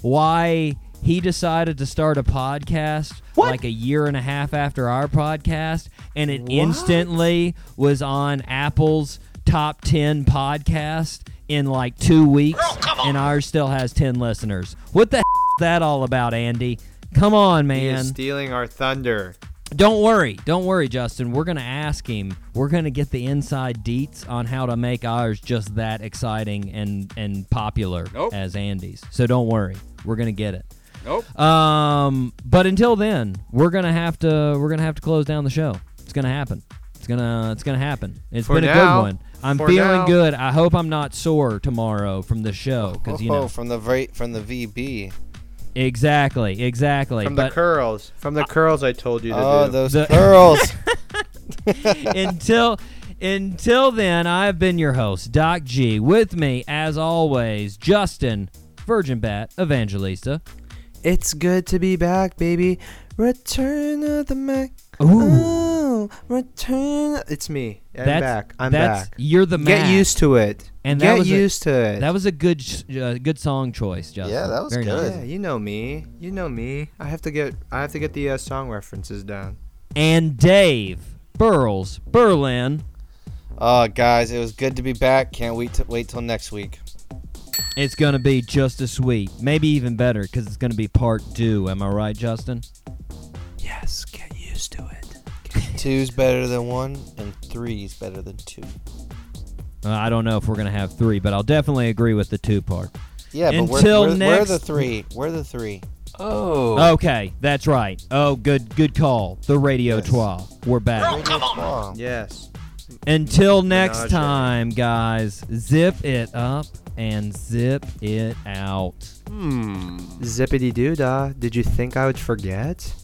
[SPEAKER 2] why he decided to start a podcast like a year and a half after our podcast, and it instantly was on Apple's top 10 podcast in like two weeks, and ours still has 10 listeners. What the <laughs> is that all about, Andy? Come on,
[SPEAKER 3] He
[SPEAKER 2] man.
[SPEAKER 3] is stealing our thunder.
[SPEAKER 2] Don't worry, don't worry, Justin. We're gonna ask him. We're gonna get the inside deets on how to make ours just that exciting and and popular as Andy's. So don't worry, we're gonna get it. Nope. Um, but until then, we're gonna have to we're gonna have to close down the show. It's gonna happen. It's gonna it's gonna happen. It's
[SPEAKER 3] For
[SPEAKER 2] been
[SPEAKER 3] now.
[SPEAKER 2] a good one. I'm
[SPEAKER 3] For
[SPEAKER 2] feeling
[SPEAKER 3] now.
[SPEAKER 2] good. I hope I'm not sore tomorrow from the show because you
[SPEAKER 6] Oh,
[SPEAKER 2] know
[SPEAKER 6] from the v- from the VB.
[SPEAKER 2] exactly exactly.
[SPEAKER 3] From the
[SPEAKER 2] but
[SPEAKER 3] curls. From the curls I told you to
[SPEAKER 6] Oh,
[SPEAKER 3] do.
[SPEAKER 6] those
[SPEAKER 2] The-
[SPEAKER 6] curls.
[SPEAKER 2] <laughs> until until then, I've been your host, Doc G. With me, as always, Justin Virgin Bat Evangelista.
[SPEAKER 3] It's good to be back, baby. Return of the Mac.
[SPEAKER 2] Ooh.
[SPEAKER 3] Oh, return. It's me. I'm
[SPEAKER 2] That's-
[SPEAKER 3] back. I'm
[SPEAKER 2] that's-
[SPEAKER 3] back.
[SPEAKER 2] you're the
[SPEAKER 3] Get
[SPEAKER 2] Mac.
[SPEAKER 3] used to it.
[SPEAKER 2] And that
[SPEAKER 3] get
[SPEAKER 2] was a-
[SPEAKER 3] used to it.
[SPEAKER 2] That was a good sh- uh, good song choice, Justin.
[SPEAKER 6] Yeah, that was
[SPEAKER 2] Very
[SPEAKER 6] good.
[SPEAKER 2] nice.
[SPEAKER 3] Yeah, you know me. You know me. I have to get. I have to get the uh, song references down.
[SPEAKER 2] And Dave Burles Berlin.
[SPEAKER 6] Oh, guys, it was good to be back. Can't wait to wait till next week.
[SPEAKER 2] It's gonna be just as sweet, maybe even better, because it's gonna be part two. Am I right, Justin?
[SPEAKER 6] Yes, get used to it. Two's better than one, and three's better than two.
[SPEAKER 2] Uh, I don't know if we're gonna have three, but I'll definitely agree with the two part.
[SPEAKER 6] Yeah, but we're,
[SPEAKER 2] Until
[SPEAKER 6] we're, we're
[SPEAKER 2] next-
[SPEAKER 6] the three. We're the three.
[SPEAKER 2] Oh. Okay, that's right. Oh, good, good call. The radio trois. We're back.
[SPEAKER 3] Oh,
[SPEAKER 6] Wow.
[SPEAKER 3] Yes.
[SPEAKER 2] Until next
[SPEAKER 3] Menage.
[SPEAKER 2] time, guys, zip it up and zip it out.
[SPEAKER 3] Zippity doo dah. Did you think I would forget?